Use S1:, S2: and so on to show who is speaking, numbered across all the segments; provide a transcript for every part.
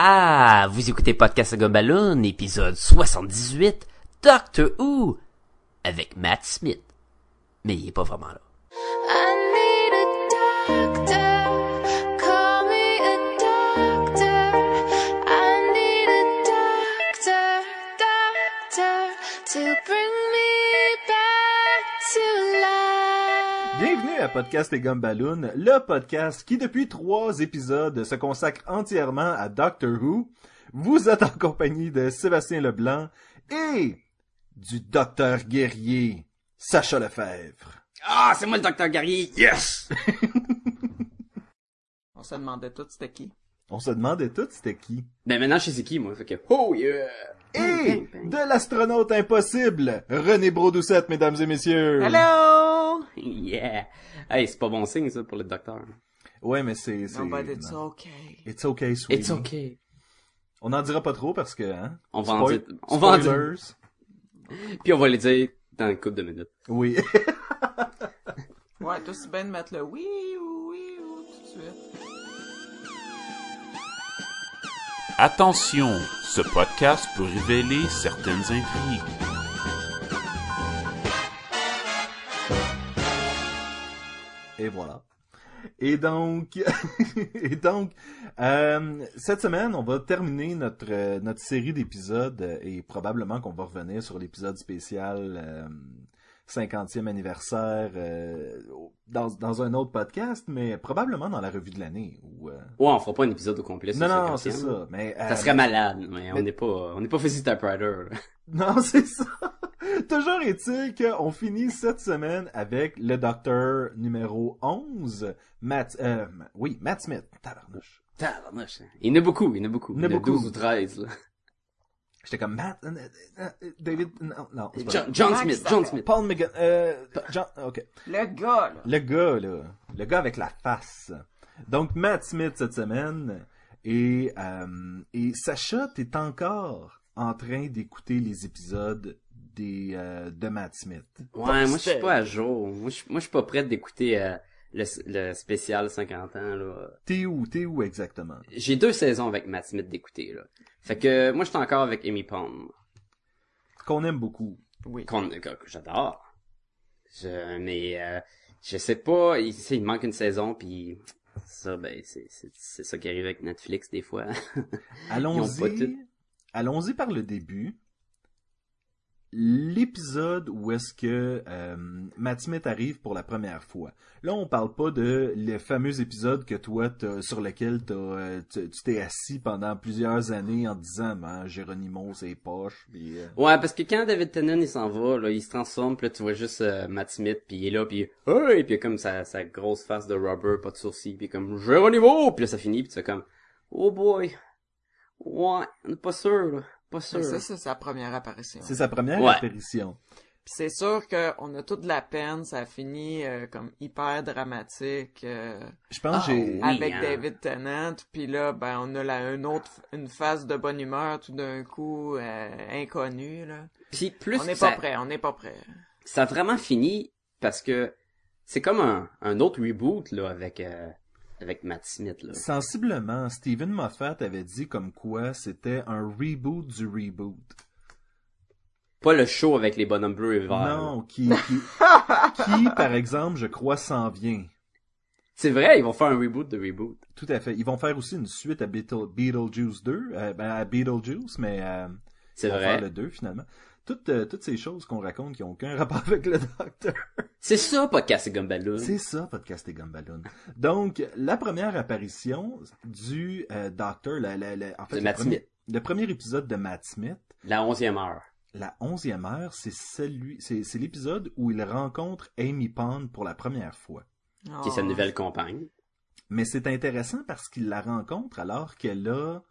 S1: Ah, vous écoutez Podcast Gobaloon, épisode 78, Doctor Who, avec Matt Smith. Mais il est pas vraiment là.
S2: I need a doctor. Call me a doctor. I need a doctor, doctor, to bring me back to life.
S3: Bienvenue à Podcast et Gumballoon, le podcast qui depuis trois épisodes se consacre entièrement à Doctor Who. Vous êtes en compagnie de Sébastien Leblanc et du Docteur Guerrier, Sacha Lefebvre.
S4: Ah, c'est moi le docteur Guerrier. Yes! On se demandait tout c'était qui.
S3: On se demandait tout c'était qui.
S4: Ben maintenant, je sais c'est qui, moi. Fait que, oh yeah!
S3: Et de l'astronaute impossible, René Brodoucette, mesdames et messieurs.
S4: Hello! Yeah! Hey, c'est pas bon signe, ça, pour le docteur.
S3: Ouais, mais c'est... c'est-
S5: Non, but it's
S3: non.
S5: okay.
S3: It's okay, sweetie.
S4: It's okay.
S3: On n'en dira pas trop parce que... Hein,
S4: Mm-hmm. On va en
S3: spoil-
S4: dire- on va en dire-
S3: spoilers.
S4: Puis on va le dire dans une couple de minutes.
S3: Oui.
S5: Ouais, toi, c'est bien de mettre le oui ou oui ou tout de suite.
S6: Attention, ce podcast peut révéler certaines intrigues.
S3: Et voilà. Et donc, et donc, euh, cette semaine, on va terminer notre euh, notre série d'épisodes euh, et probablement qu'on va revenir sur l'épisode spécial euh, 50e anniversaire euh, au- dans dans un autre podcast, mais probablement dans la revue de l'année. Ou, euh,
S4: Ouais, on fera pas un épisode au complet. sur
S3: Non, non,
S4: 50e.
S3: c'est ça. Mais euh,
S4: Ça serait malade, mais on
S3: mais-
S4: n'est pas, on n'est pas physique typewriter. là.
S3: non, c'est ça. Toujours est-il qu'on finit cette semaine avec le docteur numéro 11, Matt, euh, oui, Matt Smith. Tabarnouche.
S4: Tabarnouche. Il y en a beaucoup, il y en a beaucoup.
S3: Il y en a beaucoup.
S4: 12 ou 13, là.
S3: J'étais comme Matt, euh, euh, euh, David, non, non, c'est pas
S4: John,
S3: vrai.
S4: John
S5: Max,
S4: Smith,
S5: ça
S4: John
S5: fait-
S4: Smith.
S3: Paul McGann, euh, John, ok.
S5: Le gars, là.
S3: Le gars, là. Le gars avec la face. Donc, Matt Smith cette semaine. Et, euh, et Sacha, t'es encore en train d'écouter les épisodes des, euh, de Matt Smith.
S4: Ouais, moi, je suis pas à jour. Moi, je suis- moi, je suis pas prêt d'écouter euh, le, le spécial 50 ans, là.
S3: T'es où? T'es où exactement?
S4: J'ai deux saisons avec Matt Smith d'écouter, là. Fait que, moi, je suis encore avec Amy Pond.
S3: Qu'on aime beaucoup.
S5: Oui.
S4: qu'on- que, que j'adore. Je, mais euh, je sais pas, il, tu sais, il manque une saison puis ça ben c'est c'est c'est ça qui arrive avec Netflix des fois. pas
S3: Allons-y.
S4: tout.
S3: Allons-y par le début. L'épisode où est-ce que euh, Matt Smith arrive pour la première fois. Là, on parle pas de le fameux épisode que toi, t'as- sur lequel t'as, euh, tu tu t'es assis pendant plusieurs années en te disant, ben, Géronimo, c'est poche. Puis, euh,
S4: ouais, parce que quand David Tennant il s'en va, là, il se transforme, puis là tu vois juste euh, Matt Smith puis il est là puis hey, puis il a comme sa sa grosse face de rubber, pas de sourcils, puis comme Geronimo, puis là ça finit puis tu fais comme oh boy. Ouais, on est pas sûr là, pas sûr.
S5: Mais ça, c'est sa première apparition.
S3: c'est sa première
S4: Ouais.
S3: apparition.
S5: Puis c'est sûr qu'on a toute la peine, ça finit euh, comme hyper dramatique euh,
S3: Je pense que
S4: Ah,
S3: j'ai...
S4: oui.
S5: avec
S4: hein.
S5: David Tennant. Puis là, ben, on a la, une autre, une phase de bonne humeur tout d'un coup euh, inconnue, là.
S4: Puis plus
S5: on n'est
S4: ça-
S5: pas prêt, on n'est pas prêt.
S4: ça a vraiment fini parce que c'est comme un, un autre reboot là avec euh, avec Matt Smith là.
S3: Sensiblement, Steven Moffat avait dit comme quoi c'était un reboot du reboot.
S4: Pas le show avec les bonhommes bleus et verts. là.
S3: Non, qui, qui, qui, par exemple, je crois, s'en vient.
S4: C'est vrai, ils vont faire un reboot de reboot.
S3: Tout à fait. Ils vont faire aussi une suite à Beetle- Beetlejuice 2, euh, ben, à Beetlejuice, mais euh,
S4: C'est
S3: ils vont
S4: vrai.
S3: faire le 2 finalement. Toutes, euh, toutes ces choses qu'on raconte qui n'ont aucun rapport avec le docteur.
S4: C'est ça, podcast et Gumballoon.
S3: C'est ça, podcast et Gumballoon. Donc, la première apparition du euh, docteur, la, la- la- en fait,
S4: De
S3: le,
S4: Matt
S3: premier,
S4: Smith.
S3: le premier épisode de Matt Smith,
S4: La onzième heure.
S3: la onzième heure, c'est celui, c'est c'est l'épisode où il rencontre Amy Pond pour la première fois.
S4: Qui est sa
S5: Oh.
S4: nouvelle compagne.
S3: Mais c'est intéressant parce qu'il la rencontre alors qu'elle a,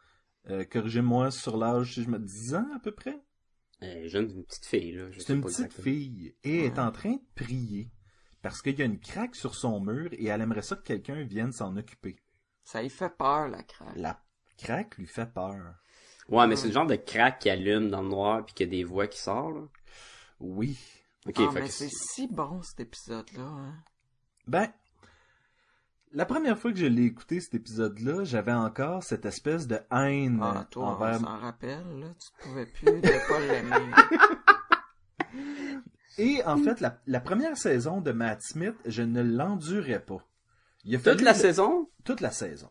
S3: euh, corrigez-moi sur l'âge, si je me 10 ans à peu près.
S4: Euh, jeune, une petite fille, là. je
S3: C'est
S4: sais
S3: une
S4: pas
S3: petite
S4: exactement.
S3: fille et est en train de prier parce qu'il y a une craque sur son mur et elle aimerait ça que quelqu'un vienne s'en occuper.
S5: Ça y fait peur, la craque.
S3: La craque lui fait peur.
S4: Ouais, mais c'est le genre de crack qui allume dans le noir puis qu'il y a des voix qui sortent, là.
S3: Oui.
S4: Ok,
S5: Ah,
S4: fait
S5: mais
S4: que
S5: c'est
S4: c'est...
S5: si bon, cet épisode-là. hein.
S3: Ben, La première fois que je l'ai écouté, cet épisode-là, j'avais encore cette espèce de haine
S5: Ah, toi,
S3: envers...
S5: on s'en rappelle, là. Tu pouvais plus de pas l'aimer.
S3: Et en fait, la, la première saison de Matt Smith, je ne l'endurais pas. Il a
S4: Toute
S3: fallu
S4: la
S3: le- Hein?
S4: saison?
S3: Toute la saison.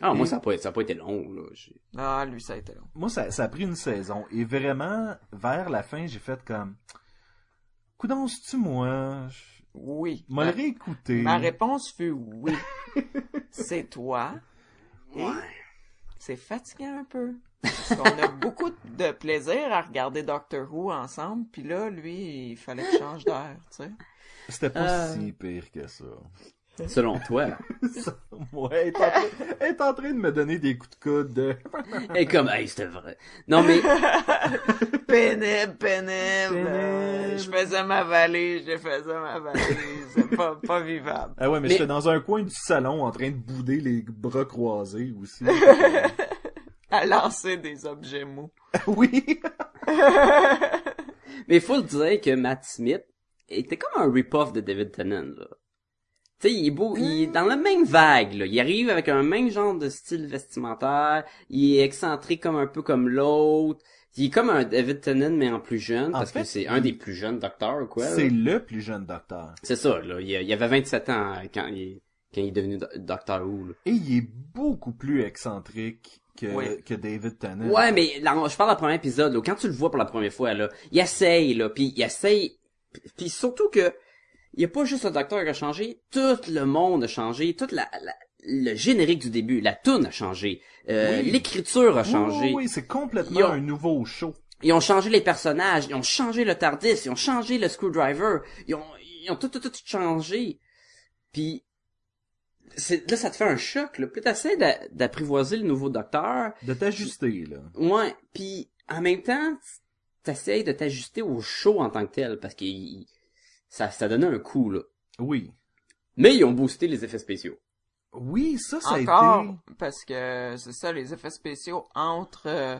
S4: Ah, moi, ça a pas, ça a pas été long, là. J'ai-
S5: Ah, lui, ça a été long.
S3: Moi, ça, ça a pris une saison. Et vraiment, vers la fin, j'ai fait comme... Coudon, tu moi? Je-
S5: Oui.
S3: M'a
S5: Ma-
S3: le réécouté.
S5: Ma réponse fut oui. C'est toi. C'est fatigant un peu. Parce qu'on a beaucoup de plaisir à regarder Doctor Who ensemble, puis là, lui, il fallait qu'il change d'heure, tu sais.
S3: C'était pas
S4: Euh.
S3: si pire que ça.
S4: Selon toi.
S3: Ça, moi, elle est, en train, elle est en train de me donner des coups de coude. de-
S4: Et comme, hey, c'était vrai. Non, mais,
S5: Pénible, pénible. euh,
S3: Pénible.
S5: Je faisais ma valise, je faisais ma valise. C'est pas, pas vivable.
S3: Ah ouais, mais,
S4: Mais-
S3: j'étais dans un coin du salon en train de bouder les bras croisés aussi.
S5: À lancer des objets mous.
S3: oui!
S4: mais faut le dire que Matt Smith était comme un rip-off de David Tennant, là. Tu sais, il est beau,
S3: Hein?
S4: il est dans la même vague, là. Il arrive avec un même genre de style vestimentaire. Il est excentré comme un peu comme l'autre. Il est comme un David Tennant, mais en plus jeune, parce
S3: fait,
S4: que c'est un des plus jeunes docteurs, ou quoi. là.
S3: C'est le plus jeune docteur.
S4: C'est ça, là. Il, il avait 27 ans euh, quand il, quand il est devenu do- Docteur Who, là.
S3: Et il est beaucoup plus excentrique que,
S5: Oui.
S3: que David Tennant.
S4: Ouais, mais là, je parle du premier épisode, là, quand tu le vois pour la première fois, là, il essaye, là, puis il essaye, puis surtout que, il y a pas juste le docteur qui a changé, tout le monde a changé, toute la, la- le générique du début, la toune a changé, euh,
S3: Oui.
S4: l'écriture a
S3: Oui,
S4: changé,
S3: Oui, oui, c'est complètement
S4: Yo.
S3: un nouveau show.
S4: ils ont changé les personnages, ils ont changé le TARDIS, ils ont changé le screwdriver, ils ont, ils ont tout, tout, tout, tout changé. Puis, c'est, là, ça te fait un choc, là. Puis t'essaies d'a- d'apprivoiser le nouveau docteur,
S3: De t'ajuster, là.
S4: Ouais, puis en même temps, t'essayes de t'ajuster au show en tant que tel, parce que il- ça, ça donnait un coup, là.
S3: Oui.
S4: Mais ils ont boosté les effets spéciaux.
S3: Oui, ça, ça a
S5: Encore,
S3: été...
S5: parce que c'est ça, les effets spéciaux entre euh,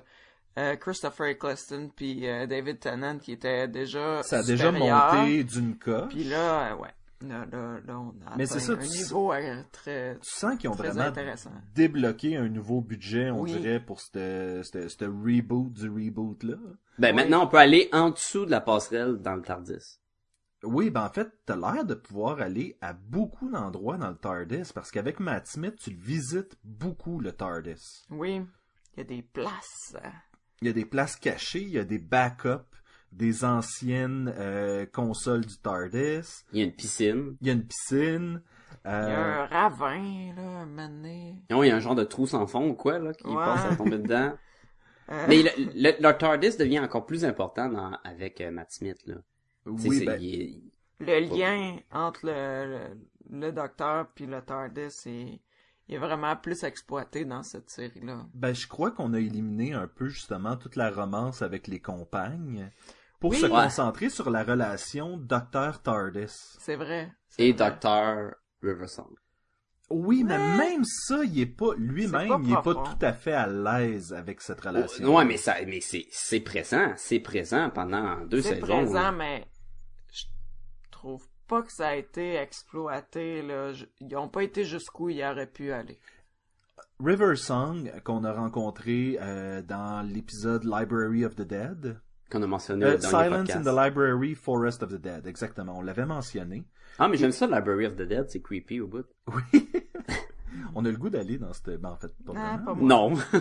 S5: euh, Christopher Eccleston puis euh, David Tennant qui était déjà
S3: Ça a déjà
S5: supérieurs.
S3: monté d'une coche.
S5: Puis là, euh, ouais, là, là, là, on a
S3: Mais c'est
S5: atteint
S3: ça,
S5: un
S3: tu-
S5: niveau euh, très...
S3: Tu sens qu'ils ont
S5: Très
S3: vraiment
S5: intéressant.
S3: débloqué un nouveau budget, on
S5: Oui.
S3: dirait, pour ce ce- ce reboot du reboot-là.
S4: Ben
S5: Ouais.
S4: maintenant, on peut aller en dessous de la passerelle dans le TARDIS.
S3: Oui, ben en fait, t'as l'air de pouvoir aller à beaucoup d'endroits dans le TARDIS, parce qu'avec Matt Smith, tu le visites beaucoup, le TARDIS.
S5: Oui, il y a des places.
S3: Il y a des places cachées, il y a des backups, des anciennes euh, consoles du TARDIS,
S4: Il y a une piscine.
S3: il y a une piscine.
S5: Il y a
S3: euh,
S5: un ravin, là, un moment donné.
S4: Non, il y a un genre de trou sans fond ou quoi, là, qui
S5: Ouais.
S4: passe à tomber dedans.
S5: Euh,
S4: Mais le, le, le TARDIS devient encore plus important dans- avec euh, Matt Smith, là. Tu sais,
S3: oui,
S4: c'est-
S3: ben,
S4: il est-
S5: Le lien entre le, le, le docteur puis le TARDIS est, est vraiment plus exploité dans cette série-là.
S3: ben, je crois qu'on a éliminé un peu justement toute la romance avec les compagnes pour
S5: Oui.
S3: se
S5: Ouais.
S3: concentrer sur la relation Docteur TARDIS.
S5: C'est vrai. c'est
S4: Et
S5: vrai.
S4: Docteur Riversong.
S3: Oui, mais même ça, il est pas hein.
S5: C'est
S3: lui-même,
S5: pas
S3: il est pas
S5: profond.
S3: tout à fait à l'aise avec cette relation.
S4: ouais, mais ça, mais c'est, c'est présent, c'est présent pendant deux
S5: C'est
S4: saisons.
S5: présent,
S4: là.
S5: mais je trouve pas que ça a été exploité. Là. Je- Ils ont pas été jusqu'où ils auraient pu aller.
S3: River Song qu'on a rencontré euh, dans l'épisode Library of the Dead.
S4: Qu'on a mentionné
S3: Euh,
S4: au dernier
S3: Silence
S4: podcast.
S3: in the Library, Forest of the Dead, exactement. On l'avait mentionné.
S4: Ah, mais j'aime ça, Library of the Dead, c'est creepy au bout.
S3: Oui. On a le goût d'aller dans cette. Ben, en fait, pas
S5: Ah,
S3: vraiment.
S5: pas moi.
S4: Non.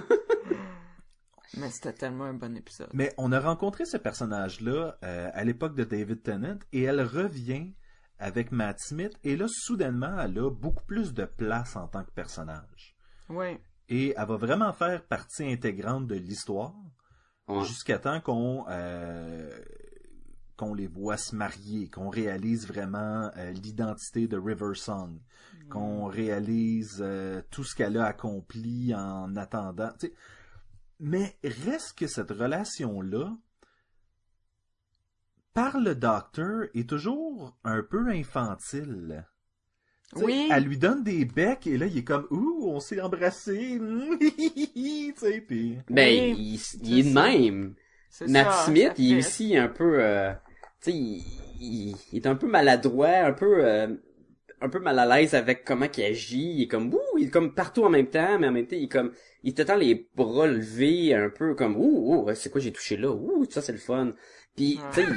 S5: Mais c'était tellement un bon épisode.
S3: Mais on a rencontré ce personnage-là euh, à l'époque de David Tennant et elle revient avec Matt Smith et là, soudainement, elle a beaucoup plus de place en tant que personnage.
S5: Oui.
S3: Et elle va vraiment faire partie intégrante de l'histoire
S4: Ouais.
S3: jusqu'à temps qu'on euh, qu'on les voit se marier, qu'on réalise vraiment euh, l'identité de River Song, qu'on réalise euh, tout ce qu'elle a accompli en attendant. tu sais. Mais reste que cette relation-là, par le docteur, est toujours un peu infantile. Tu sais,
S5: Oui.
S3: Elle lui donne des becs et là, il est comme « Ouh, on s'est embrassé! » Tu sais, puis...
S4: Ben,
S5: Oui,
S4: il, il est de
S5: ça.
S4: même.
S5: C'est
S4: Matt
S5: ça,
S4: Smith,
S5: ça
S4: il est
S5: fait.
S4: aussi un peu... euh, tu sais, il, il- il est un peu maladroit, un peu... euh, un peu mal à l'aise avec comment qu'il agit. Il est comme, ouh, il est comme partout en même temps, mais en même temps, il est comme, il t'attend les bras levés, un peu comme, ouh, ouh, c'est quoi j'ai touché là? Ouh, ça c'est le fun. Puis, tu sais,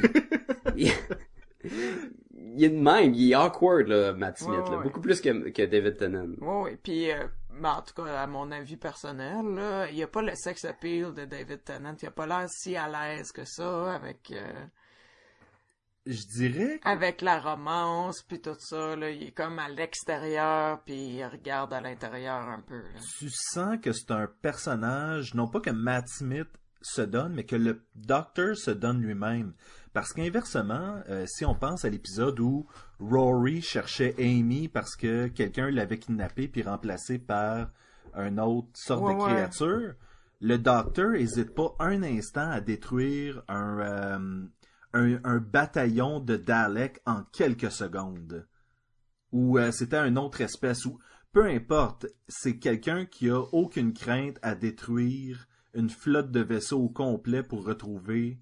S4: il, il est de même, il est awkward, là, Matt Smith,
S5: Ouais,
S4: là,
S5: ouais.
S4: beaucoup plus que, que David Tennant.
S5: Oui, et puis, euh, ben, en tout cas, à mon avis personnel, là, il n'y a pas le sex appeal de David Tennant. Il a pas l'air si à l'aise que ça avec euh,
S3: Je dirais
S5: avec la romance, puis tout ça. Là, il est comme à l'extérieur, puis il regarde à l'intérieur un peu. là.
S3: tu sens que c'est un personnage, non pas que Matt Smith se donne, mais que le docteur se donne lui-même. Parce qu'inversement, euh, si on pense à l'épisode où Rory cherchait Amy parce que quelqu'un l'avait kidnappée puis remplacée par un autre sorte
S5: Ouais,
S3: de
S5: ouais.
S3: créature, le docteur n'hésite pas un instant à détruire un, euh, un, un bataillon de Daleks en quelques secondes. Ou euh, c'était une autre espèce, ou peu importe, c'est quelqu'un qui a aucune crainte à détruire une flotte de vaisseaux au complet pour retrouver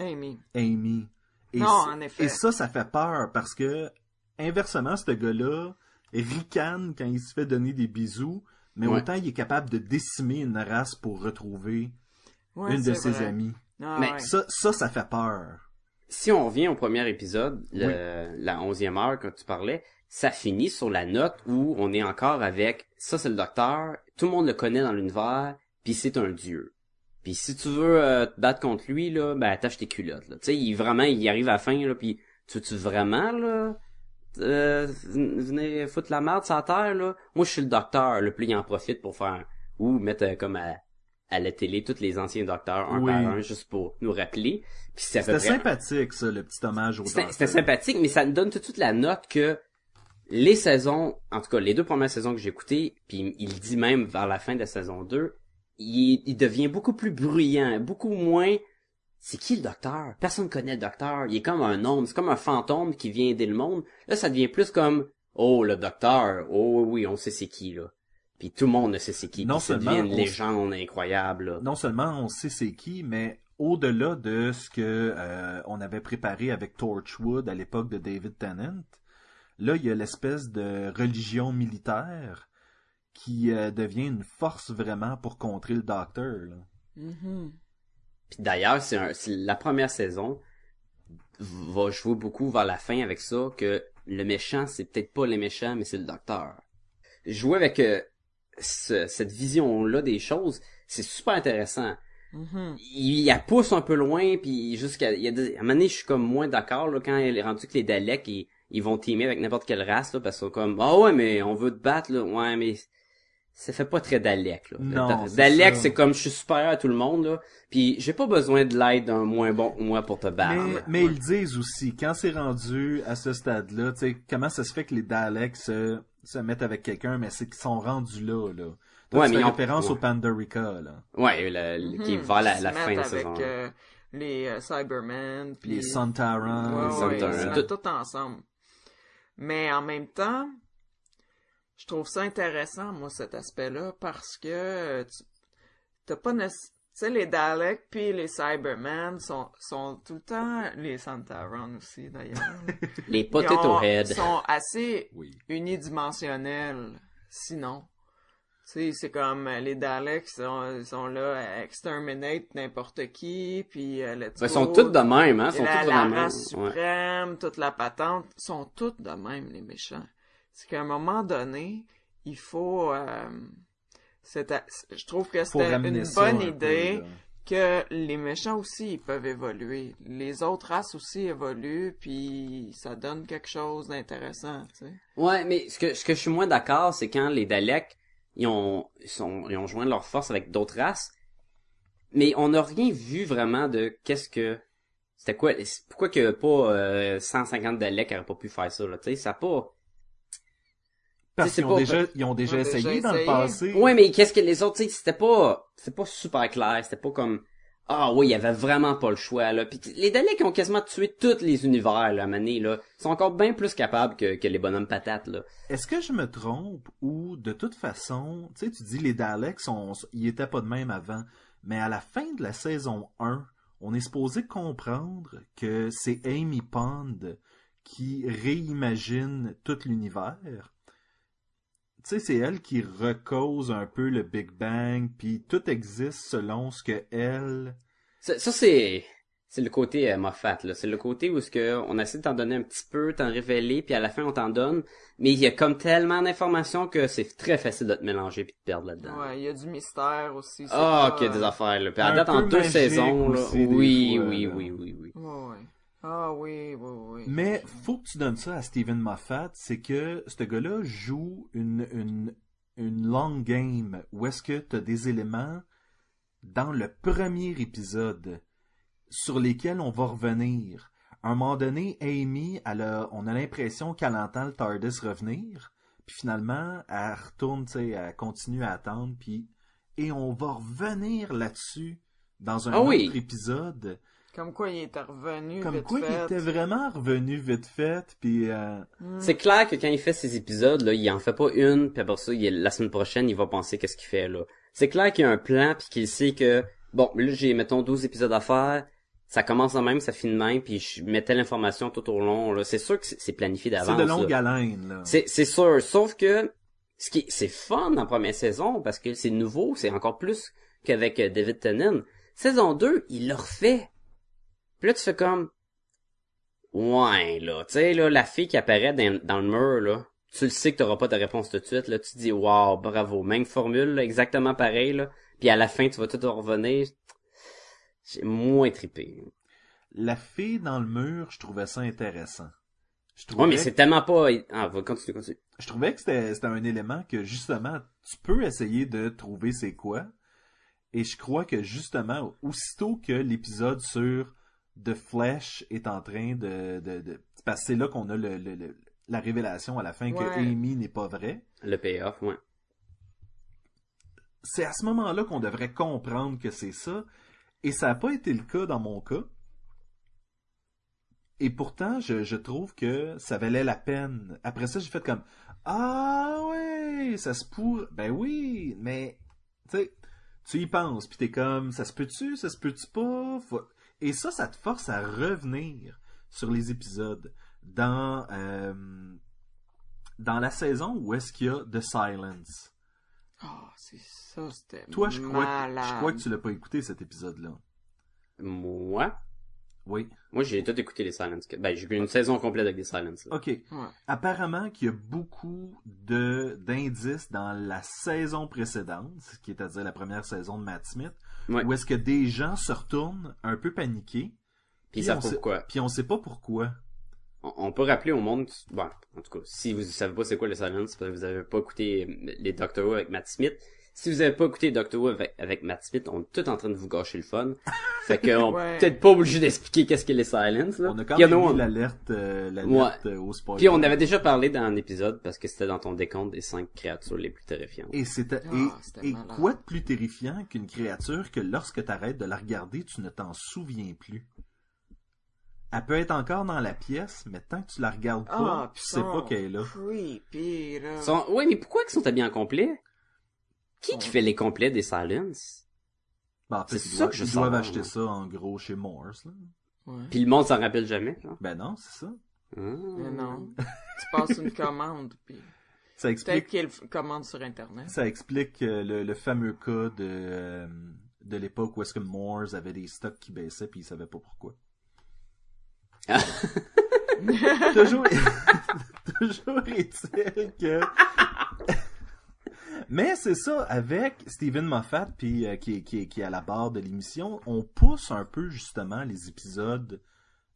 S5: Amy.
S3: Amy. Et
S5: Non,
S3: ça-
S5: en effet.
S3: Et ça, ça fait peur parce que, inversement, ce gars-là ricane quand il se fait donner des bisous, mais
S4: Ouais.
S3: autant il est capable de décimer une race pour retrouver
S5: Ouais,
S3: une de
S5: c'est
S3: ses
S5: vrai.
S3: amies.
S5: Ah,
S4: Mais
S5: ouais.
S3: Ça, ça, ça fait peur.
S4: si on revient au premier épisode, le- la onzième heure que tu parlais, ça finit sur la note où on est encore avec ça c'est le docteur, tout le monde le connaît dans l'univers, puis c'est un dieu. Puis si tu veux euh, te battre contre lui là, ben attache tes culottes là. Tu sais, il vraiment il arrive à la fin là puis tu tu vraiment là euh, ven- venez foutre la merde sur la terre là. Moi je suis le docteur, le plus il en profite pour faire ou mettre euh, comme à, à la télé tous les anciens docteurs un
S3: Oui.
S4: par un juste pour nous rappeler. Puis c'est à peu
S3: C'était
S4: près
S3: sympathique, ça, le petit hommage au
S4: c'était
S3: docteur.
S4: c'était sympathique, mais ça me donne tout de suite la note que les saisons, en tout cas les deux premières saisons que j'ai écoutées, puis il dit même vers la fin de la saison 2, il, il devient beaucoup plus bruyant, beaucoup moins... C'est qui le docteur? Personne connaît le docteur. Il est comme un homme, c'est comme un fantôme qui vient aider le monde. Là, ça devient plus comme, oh, le docteur, oh oui, oui, on sait c'est qui, là. Puis tout le monde ne sait c'est qui.
S3: Non
S4: puis ça
S3: seulement
S4: devient une
S3: on-
S4: légende incroyable, là.
S3: non seulement on sait c'est qui, mais au-delà de ce que euh, on avait préparé avec Torchwood à l'époque de David Tennant, là il y a l'espèce de religion militaire qui euh, devient une force vraiment pour contrer le docteur. là.
S5: Mhm.
S4: Puis d'ailleurs, c'est un- c'est la première saison va jouer beaucoup vers la fin avec ça que le méchant, c'est peut-être pas le méchant, mais c'est le docteur. Jouer avec euh, ce- cette vision-là des choses, c'est super intéressant.
S5: Mhm.
S4: Il, il la pousse un peu loin, puis jusqu'à... il y a des- à un moment donné, je suis comme moins d'accord là, quand il est rendu que les Daleks, ils, ils vont teamer avec n'importe quelle race, là, parce qu'ils sont comme « Ah ouais, mais on veut te battre, là. ouais, mais ça fait pas très Dalek. Là.
S3: Non,
S4: Da-
S3: c'est
S4: Dalek,
S3: ça.
S4: c'est comme « Je suis supérieur à tout le monde, là, puis j'ai pas besoin de l'aide d'un moins bon que moi pour te battre.
S3: Mais,
S4: là.
S3: mais ils disent aussi, quand c'est rendu à ce stade-là, tu sais, comment ça se fait que les Daleks se, se mettent avec quelqu'un, mais c'est qu'ils sont rendus là, là. Donc,
S4: Ouais,
S3: tu fais
S4: mais ils ont-
S3: référence
S4: ouais.
S3: au Pandorica, là.
S4: Ouais, le- le- qui est
S5: Mhm.
S4: vers la,
S5: Ils
S4: la
S5: se
S4: fin
S5: mettent
S4: de la
S5: avec,
S4: saison.
S5: euh, les euh, Cybermen, puis
S3: Les Santarans.
S5: Ouais,
S4: Ils sont
S5: ouais, ils
S4: un-
S5: se mettent tout ensemble. Mais en même temps, je trouve ça intéressant, moi, cet aspect-là, parce que euh, tu- t'as pas nécessairement... Tu sais, les Daleks puis les Cybermen sont, sont tout le temps... Les Santaran aussi, d'ailleurs.
S4: Les
S5: Ils ont-
S4: potato head.
S5: sont assez
S3: Oui.
S5: unidimensionnels, sinon. Tu sais, c'est comme euh, les Daleks sont, sont là à exterminate n'importe qui, puis euh, let's
S4: Ben, Ils sont
S5: go,
S4: tous de même, hein? Ils sont
S5: la,
S4: tous de
S5: la
S4: même.
S5: race
S4: ouais.
S5: suprême, toute la patente, sont toutes de même, les méchants. C'est qu'à un moment donné, il faut... euh, c'est à- je trouve que
S3: Faut
S5: c'était
S3: ramener
S5: une
S3: ça un
S5: bonne
S3: peu,
S5: idée
S3: là.
S5: que les méchants aussi, ils peuvent évoluer. Les autres races aussi évoluent, puis ça donne quelque chose d'intéressant, tu sais.
S4: Ouais, mais ce que, ce que je suis moins d'accord, c'est quand les Daleks, ils ont, ils sont, ils ont joint leurs forces avec d'autres races, mais on n'a rien vu vraiment de qu'est-ce que... C'était quoi? c'est- Pourquoi que pas euh, 150 Daleks n'auraient pas pu faire ça, là? Tu sais, ça a pas...
S3: Parce
S4: C'est
S3: qu'ils
S4: pas-
S3: ont déjà, ils ont déjà
S5: Ils ont
S3: essayé
S5: déjà
S3: dans le
S5: essayé.
S3: passé.
S4: Ouais, mais qu'est-ce que les autres, tu sais, c'était pas... C'était pas super clair, c'était pas comme... Ah oui, il y avait vraiment pas le choix, là. Puis les Daleks ont quasiment tué tous les univers, là, à un moment donné, là. Ils sont encore bien plus capables que, que les bonhommes patates, là.
S3: Est-ce que je me trompe ou de toute façon, tu sais, tu dis les Daleks, sont- ils étaient pas de même avant, mais à la fin de la saison 1, on est supposé comprendre que c'est Amy Pond qui réimagine tout l'univers. Tu sais, c'est elle qui recose un peu le Big Bang, puis tout existe selon ce que elle...
S4: Ça, ça, c'est c'est le côté euh, Moffat là, c'est le côté où ce que on essaie de t'en donner un petit peu, t'en révéler, puis à la fin on t'en donne, mais il y a comme tellement d'informations que c'est très facile de te mélanger puis de te perdre là-dedans.
S5: Ouais, il y a du mystère aussi. c'est
S4: Ah,
S5: pas,
S4: qu'il y a des
S5: euh,
S4: affaires là. Puis à
S3: Un
S4: date en
S3: peu
S4: deux
S3: magique
S4: saisons là,
S3: aussi, des
S4: oui,
S3: fois,
S4: oui,
S3: là.
S4: oui, oui, oui.
S5: Ouais, ouais. Ah oui, oui, oui.
S3: Mais faut que tu donnes ça à Steven Moffat, c'est que ce gars-là joue une, une, une long game où est-ce que tu as des éléments dans le premier épisode sur lesquels on va revenir. À un moment donné, Amy, elle a- on a l'impression qu'elle entend le TARDIS revenir, puis finalement, elle retourne, tu sais, elle continue à attendre, puis et on va revenir là-dessus dans un
S4: Ah
S3: autre
S4: oui.
S3: épisode.
S5: Comme quoi il était revenu
S3: Comme
S5: vite
S3: quoi, il
S5: fait.
S3: était vraiment revenu vite fait, puis euh,
S4: C'est clair que quand il fait ses épisodes, là, il en fait pas une, puis après ça, il- la semaine prochaine, il va penser qu'est-ce qu'il fait, là. C'est clair qu'il y a un plan, puis qu'il sait que, bon, là, j'ai, mettons, 12 épisodes à faire, ça commence de même, ça finit de même, puis je mets telle information tout au long, là. C'est sûr que c'est c'est planifié d'avance,
S3: c'est de longue
S4: là.
S3: haleine, là.
S4: C'est c'est sûr, sauf que, ce qui, c'est fun dans la première saison, parce que c'est nouveau, c'est encore plus qu'avec euh, David Tennant. Saison 2, il le refait. Puis là, tu fais comme, Ouais, là, tu sais, là, la fille qui apparaît dans, dans le mur, là, tu le sais que t'auras pas ta réponse tout de suite, là, tu te dis, wow, bravo, même formule, là, exactement pareil, là, puis à la fin, tu vas tout revenir. J'ai moins trippé.
S3: La fille dans le mur, je trouvais ça intéressant. Je trouvais,
S4: Ouais, mais c'est tellement pas... Ah, va, continue, continue.
S3: je trouvais que c'était, c'était un élément que, justement, tu peux essayer de trouver c'est quoi. Et je crois que, justement, aussitôt que l'épisode sur The Flash est en train de... de, de- parce que c'est là qu'on a le, le- le- la révélation à la fin que
S5: Ouais.
S3: Amy n'est pas vraie.
S4: Le payoff, ouais.
S3: c'est à ce moment-là qu'on devrait comprendre que c'est ça. Et ça n'a pas été le cas dans mon cas. Et pourtant, je, je trouve que ça valait la peine. Après ça, j'ai fait comme Ah ouais, ça se pour. Ben oui, mais tu sais, tu y penses, puis t'es comme ça se peut-tu, ça se peut-tu pas. Faut- Et ça, ça te force à revenir sur les épisodes dans euh, dans la saison où est-ce qu'il y a The Silence.
S5: Ah, c'est ça, c'était
S3: Toi, je crois, que,
S5: malade.
S3: je crois que tu l'as pas écouté cet épisode-là.
S4: Moi?
S3: Oui.
S4: Moi, j'ai tout écouté les Silence. Ben, j'ai eu une saison complète avec des Silence, là.
S3: OK.
S5: Ouais.
S3: Apparemment qu'il y a beaucoup de d'indices dans la saison précédente, qui est à dire la première saison de Matt Smith,
S4: Ouais.
S3: où est-ce que des gens se retournent un peu paniqués,
S4: Puis ça
S3: on
S4: prouve
S3: sait-
S4: quoi?
S3: puis on sait pas pourquoi.
S4: On on peut rappeler au monde, bon, en tout cas, si vous savez pas c'est quoi le silence, c'est parce que vous avez pas écouté euh, les Doctor Who avec Matt Smith. Si vous avez pas écouté Doctor Who avec, avec Matt Smith, on est tout en train de vous gâcher le fun. Fait qu'on
S5: Ouais.
S4: est peut-être pas obligé d'expliquer qu'est-ce que les silence, là.
S3: On a quand
S4: Il y en
S3: même
S4: un.
S3: eu l'alerte euh, l'alerte, euh, au spoiler.
S4: Puis on avait déjà parlé dans un épisode parce que c'était dans ton décompte des cinq créatures les plus terrifiantes.
S3: Et c'était
S5: Ah,
S3: et-
S5: c'était
S3: et,
S5: malade.
S3: quoi de plus terrifiant qu'une créature que lorsque t'arrêtes de la regarder, tu ne t'en souviens plus. Elle peut être encore dans la pièce, mais tant que tu la regardes pas,
S5: Ah,
S3: tu sais pas
S5: putain,
S3: qu'elle est là.
S5: Creepy, là.
S4: Sont... Ouais, mais pourquoi ils sont habillés en complet? Qui qui fait les complets des silence?
S3: Ben, en fait,
S4: C'est
S3: ils
S4: ça
S3: doivent,
S4: que je
S3: ils doivent
S4: sens,
S3: acheter
S4: moi.
S3: ça en gros chez Morse. Là.
S5: Ouais.
S4: Puis le monde s'en rappelle jamais, là.
S3: Ben non, c'est ça.
S5: Mais non. tu passes une commande, puis
S3: Ça
S5: peut-être
S3: explique,
S5: qu'il f- commande sur Internet.
S3: ça explique euh, le, le fameux cas de, euh, de l'époque où est-ce que Morse avait des stocks qui baissaient puis il savait pas pourquoi. toujours, toujours est-il que. Mais c'est ça, avec Steven Moffat, puis, euh, qui, est- qui est- qui est à la barre de l'émission, on pousse un peu justement les épisodes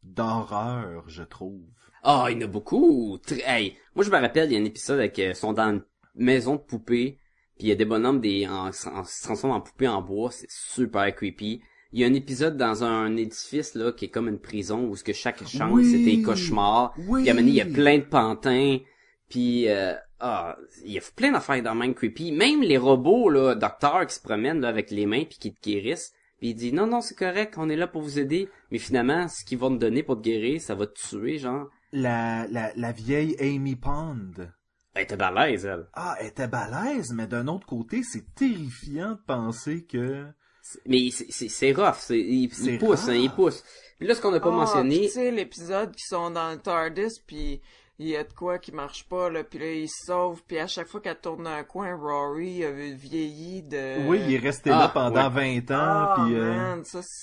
S3: d'horreur, je trouve.
S4: Ah, il y en a beaucoup. Tr- Hey, moi je me rappelle, il y a un épisode avec euh, ils sont dans une maison de poupées, puis il y a des bonhommes des en, en- se transforment en poupées en bois, c'est super creepy. Il y a un épisode dans un édifice là qui est comme une prison où ce que chaque chambre
S3: Oui.
S4: c'est des cauchemars.
S3: Oui.
S4: Puis à un moment donné, il y a plein de pantins, puis euh, ah, il y a plein d'affaires dans même creepy. Même les robots là, docteurs qui se promènent là avec les mains puis qui te guérissent. Puis il dit non non c'est correct, on est là pour vous aider, mais finalement ce qu'ils vont te donner pour te guérir, ça va te tuer genre.
S3: La, la, la vieille Amy Pond.
S4: Elle était balèze, elle.
S3: Ah, elle était balèze, mais d'un autre côté, c'est terrifiant de penser que
S4: C'est- Mais c'est- c'est c'est rough, c'est il,
S3: C'est
S4: il pousse, hein, il
S3: rough.
S4: pousse. Puis là, ce qu'on n'a pas
S5: Ah, puis
S4: mentionné,
S5: Tu sais, l'épisode qui sont dans le TARDIS, puis il y a de quoi qui marche pas, là, puis là, ils se sauvent, puis à chaque fois qu'elle tourne dans un coin, Rory a vieilli de...
S3: Oui, il est resté
S4: ah,
S3: là pendant 20 ans,
S5: Ah,
S3: puis... euh,
S5: man, ça, c'est...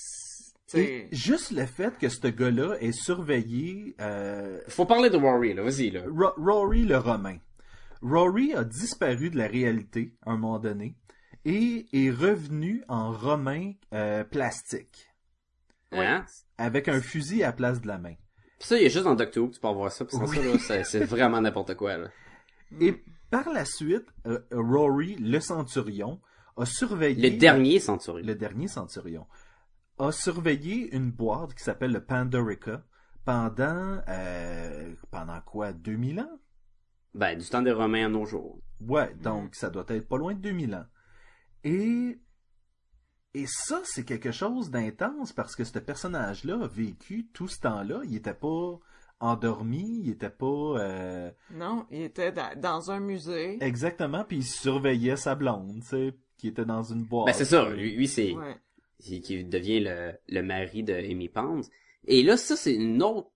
S3: et
S5: t'sais,
S3: juste le fait que ce gars-là est surveillé, euh,
S4: faut parler de Rory, là, vas-y, là.
S3: Ro- Rory le Romain. Rory a disparu de la réalité à un moment donné et est revenu en Romain euh, plastique
S4: Hein?
S3: avec un fusil à la place de la main.
S4: Puis ça, il y a juste dans Doctor Who que tu peux voir ça, puis sans
S3: Oui.
S4: ça, là, c'est- c'est vraiment n'importe quoi, là.
S5: hmm.
S3: Et par la suite, euh, Rory le centurion a surveillé
S4: Le dernier centurion.
S3: le dernier centurion a surveillé une boîte qui s'appelle le Pandorica pendant euh, pendant quoi 2000 ans
S4: Ben, du temps des Romains à nos jours.
S3: Ouais,
S4: Mm-hmm.
S3: donc ça doit être pas loin de 2000 ans. Et et ça c'est quelque chose d'intense parce que ce personnage là a vécu tout ce temps-là, il était pas endormi, il était pas euh,
S5: Non, il était dans, dans un musée.
S3: exactement puis il surveillait sa blonde, tu sais, qui était dans une boîte.
S4: Ben, c'est ça, lui, lui, c'est...
S5: Ouais.
S4: qui qui devient le, le mari de Amy Pond. Et là, ça, c'est une autre,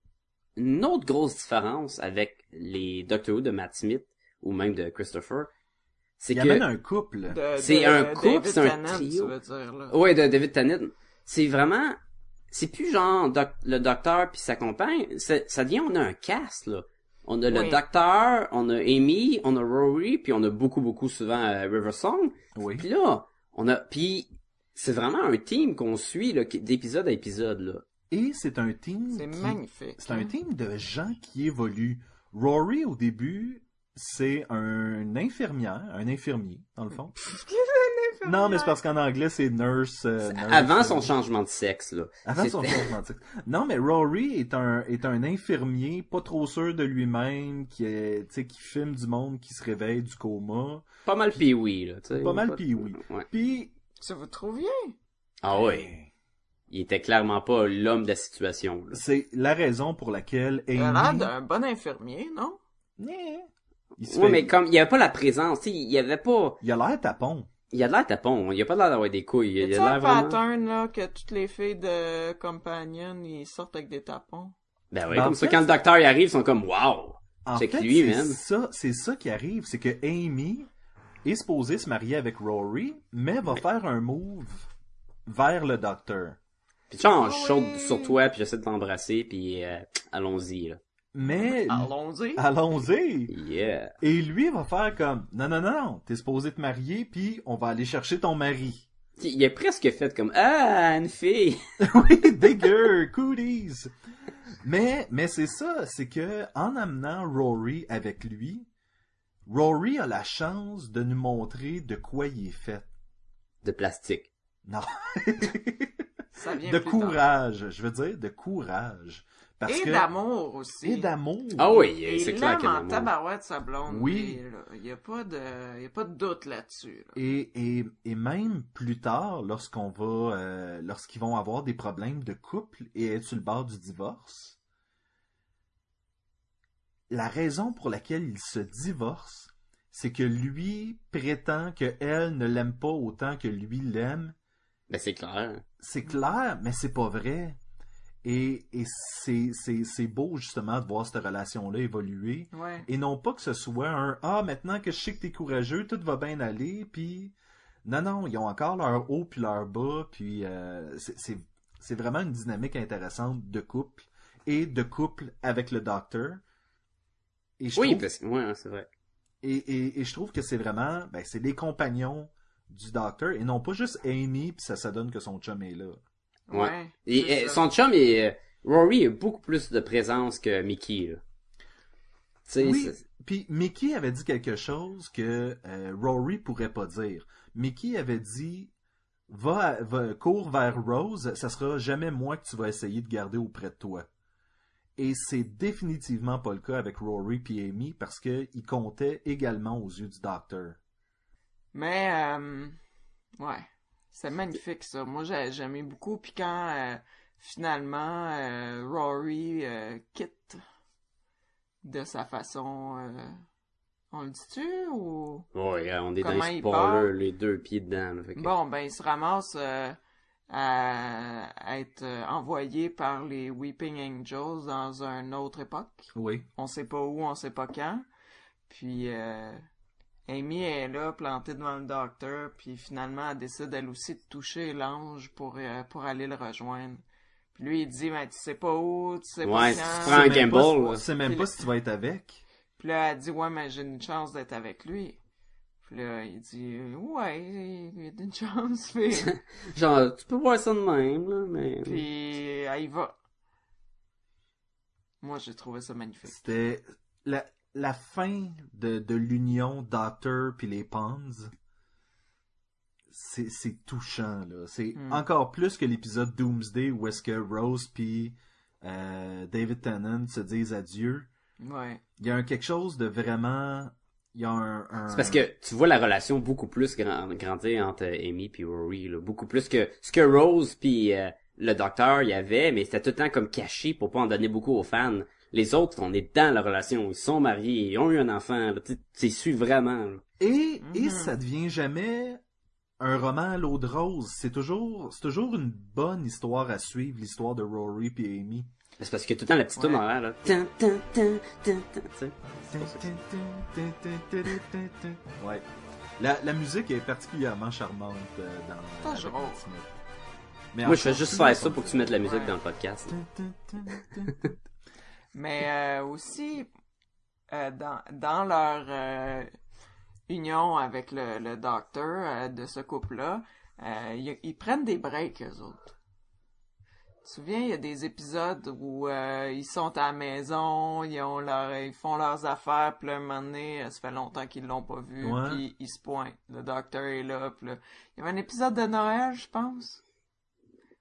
S4: une autre grosse différence avec les Doctor Who de Matt Smith ou même de Christopher. C'est
S3: Il y
S4: que...
S3: avait un couple.
S5: De-
S4: C'est
S5: de-
S4: un
S5: David
S4: couple, c'est un
S5: Tennant,
S4: trio. Oh.
S5: Tu veux dire, là.
S4: Ouais, de David Tennant. C'est vraiment... C'est plus genre doc- le docteur puis sa compagne. C'est- Ça devient, on a un cast, là. On a le
S5: Oui.
S4: docteur, on a Amy, on a Rory, puis on a beaucoup, beaucoup souvent euh, River Song.
S3: Oui.
S4: Puis là, on a... Puis c'est vraiment un team qu'on suit là, qui- d'épisode à épisode, là.
S3: Et c'est un team
S5: C'est
S3: qui-
S5: magnifique.
S3: C'est
S4: Ah.
S3: un team de gens qui évoluent. Rory, au début, c'est un infirmière, un infirmier, dans le fond. non, mais c'est parce qu'en anglais, c'est nurse. euh, nurse,
S4: Avant
S3: euh,
S4: son changement de sexe, là.
S3: Avant son
S4: C'était-
S3: changement de sexe. Non, mais Rory est un, est un infirmier pas trop sûr de lui-même, qui est, tu sais, qui filme du monde, qui se réveille du coma.
S4: Pas mal pee là, tu sais.
S3: Pas mal pee-wee.
S4: Ouais.
S3: Puis...
S5: Ça vous trouviez?
S4: Ah ouais. Il était clairement pas l'homme de la situation, là.
S3: C'est la raison pour laquelle
S5: Il a l'air
S3: Amy...
S5: d'un bon infirmier, non?
S3: Yeah. Il se
S4: Ouais,
S3: fait-
S4: mais comme, il y avait pas la présence, tu sais, il y avait pas,
S3: Il a l'air tapon.
S4: il a de l'air tapon, il a pas l'air d'avoir des couilles, il
S5: Y
S4: a
S5: a-tu un
S4: l'air vraiment...
S5: pattern, là, que toutes les filles de Companion, ils sortent avec des tapons?
S4: Ben ouais,
S3: Ben, en
S4: comme ça,
S3: fait,
S4: quand le docteur y arrive, ils sont comme, wow!
S3: En
S4: Check
S3: fait,
S4: lui,
S3: c'est
S4: man.
S3: ça, c'est ça qui arrive, c'est que Amy est supposée se marier avec Rory, mais va faire un move vers le docteur.
S4: Puis tu changes, je saute sur toi, puis j'essaie de t'embrasser, puis euh, allons-y, là.
S3: Mais
S5: Ah,
S4: Ah,
S5: Allons-y!
S3: ah, allons-y.
S4: Yeah.
S3: Et lui va faire comme non non non, non, t'es supposé te marier, puis on va aller chercher ton mari.
S4: Tu sais, Il est presque fait comme, ah, une fille!
S3: oui, dégueu, cooties. Mais mais c'est ça, c'est que en amenant Rory avec lui, Rory a la chance de nous montrer de quoi il est fait.
S4: De plastique.
S3: Non.
S5: Ça vient
S3: de
S5: plus tard.
S3: courage, je veux dire de courage parce
S5: Et
S3: que
S5: d'amour aussi.
S3: et d'amour.
S4: Ah oui,
S5: Et
S4: c'est
S5: là,
S4: clair qu'il y a
S5: en
S4: de l'amour.
S5: tabarouette, sa blonde.
S3: Oui.
S5: lui, là. Il n'y a, pas de- y a pas de doute là-dessus. là.
S3: Et, et et même plus tard lorsqu'on va euh, lorsqu'ils vont avoir des problèmes de couple et être sur le bord du divorce. La raison pour laquelle ils se divorcent, c'est que lui prétend que elle ne l'aime pas autant que lui l'aime.
S4: Ben c'est clair.
S5: Mm.
S3: C'est clair, mais c'est pas vrai. Et, et c'est, c'est, c'est beau justement de voir cette relation-là évoluer.
S5: Ouais.
S3: Et non pas que ce soit un Ah, maintenant que je sais que t'es courageux, tout va bien aller, puis. Non, non, ils ont encore leur haut puis leur bas, puis euh, c'est- c'est c'est vraiment une dynamique intéressante de couple et de couple avec le docteur. Et je
S4: Oui,
S3: trouve,
S4: parce que, ouais, hein, c'est vrai.
S3: et, et- et je trouve que c'est vraiment, ben, c'est les compagnons du docteur et non pas juste Amy puis ça, ça donne que son chum est là.
S4: Ouais.
S5: Ouais,
S4: Et,
S5: c'est
S4: euh,
S5: ça.
S4: son chum et euh, Rory a beaucoup plus de présence que Mickey. Là. Tu sais,
S3: Oui,
S4: c'est-
S3: puis Mickey avait dit quelque chose que euh, Rory pourrait pas dire. Mickey avait dit va, va cours vers Rose, ça sera jamais moi que tu vas essayer de garder auprès de toi. Et c'est définitivement pas le cas avec Rory puis Amy parce que ils comptaient également aux yeux du docteur.
S5: Mais, euh, ouais. C'est magnifique, ça. Moi, j'ai- j'aimais beaucoup. Puis quand, euh, finalement, euh, Rory euh, quitte de sa façon euh, On le dit-tu ou...
S4: Ouais, on est
S5: Comment
S4: dans les
S5: il part?
S4: spoilers, les deux pieds dedans. là, fait que-
S5: Bon, ben, il se ramasse euh, à à être euh, envoyé par les Weeping Angels dans une autre époque.
S3: Oui.
S5: On sait pas où, on sait pas quand. Puis euh, Amy est là, plantée devant le docteur, puis finalement, elle décide elle aussi de toucher l'ange pour, euh, pour aller le rejoindre. Puis lui, il dit, mais tu sais pas où, tu sais
S4: Ouais,
S5: pas
S4: si tu
S5: quand.
S4: prends-
S3: C'est
S4: Frank
S3: même
S4: Campbell,
S3: pas,
S4: là.
S3: c'est même pas si tu vas être avec.
S5: Puis là, elle dit, ouais, mais j'ai une chance d'être avec lui. Puis là, il dit, ouais, il y a une chance, mais...
S4: Genre, tu peux voir ça de même, là, mais...
S5: Puis elle y va. Moi, j'ai trouvé ça magnifique.
S3: C'était la, la fin de, de l'union Daughter puis les Ponds. C'est c'est touchant, là. C'est
S4: Hmm.
S5: Mm.
S3: encore plus que l'épisode Doomsday où est-ce que Rose puis euh, David Tennant se disent adieu.
S5: Ouais.
S3: Il y a un quelque chose de vraiment... Il y a un... un-
S4: C'est parce que tu vois la relation beaucoup plus grand- grandir entre Amy puis Rory, là. Beaucoup plus que ce que Rose puis euh, le docteur y avait, mais c'était tout le temps comme caché pour pas en donner beaucoup aux fans. Les autres, on est dans la relation, ils sont mariés, ils ont eu un enfant, là. tu tu les suis vraiment, là.
S3: Et, et
S4: Mm-hmm.
S5: Mhm.
S3: ça devient jamais un roman à l'eau de rose. C'est toujours, c'est toujours une bonne histoire à suivre, l'histoire de Rory puis Amy.
S4: Mais C'est parce que tout le temps la petite toune
S5: Ouais.
S4: en l'air, là. Tin, tin, tin, tin, tin, tu sais.
S3: Ouais. La, la musique est particulièrement charmante euh, dans
S5: Toujours.
S3: avec Matt Smith. Mais
S4: Moi,
S3: en
S4: je vais
S3: chanson,
S4: juste faire ça pour que tu mettes la musique
S5: Ouais.
S4: dans le podcast.
S5: Mais euh, aussi, euh, dans, dans leur euh, union avec le, le docteur euh, de ce couple-là, euh, y- ils prennent des breaks, eux autres. Tu te souviens, il y a des épisodes où euh, ils sont à la maison, ils, ont leur, ils font leurs affaires, puis là, un moment donné, euh, ça fait longtemps qu'ils l'ont pas vu,
S3: Ouais.
S5: puis ils se pointent. Le docteur est là, puis là, il y avait un épisode de Noël, je pense.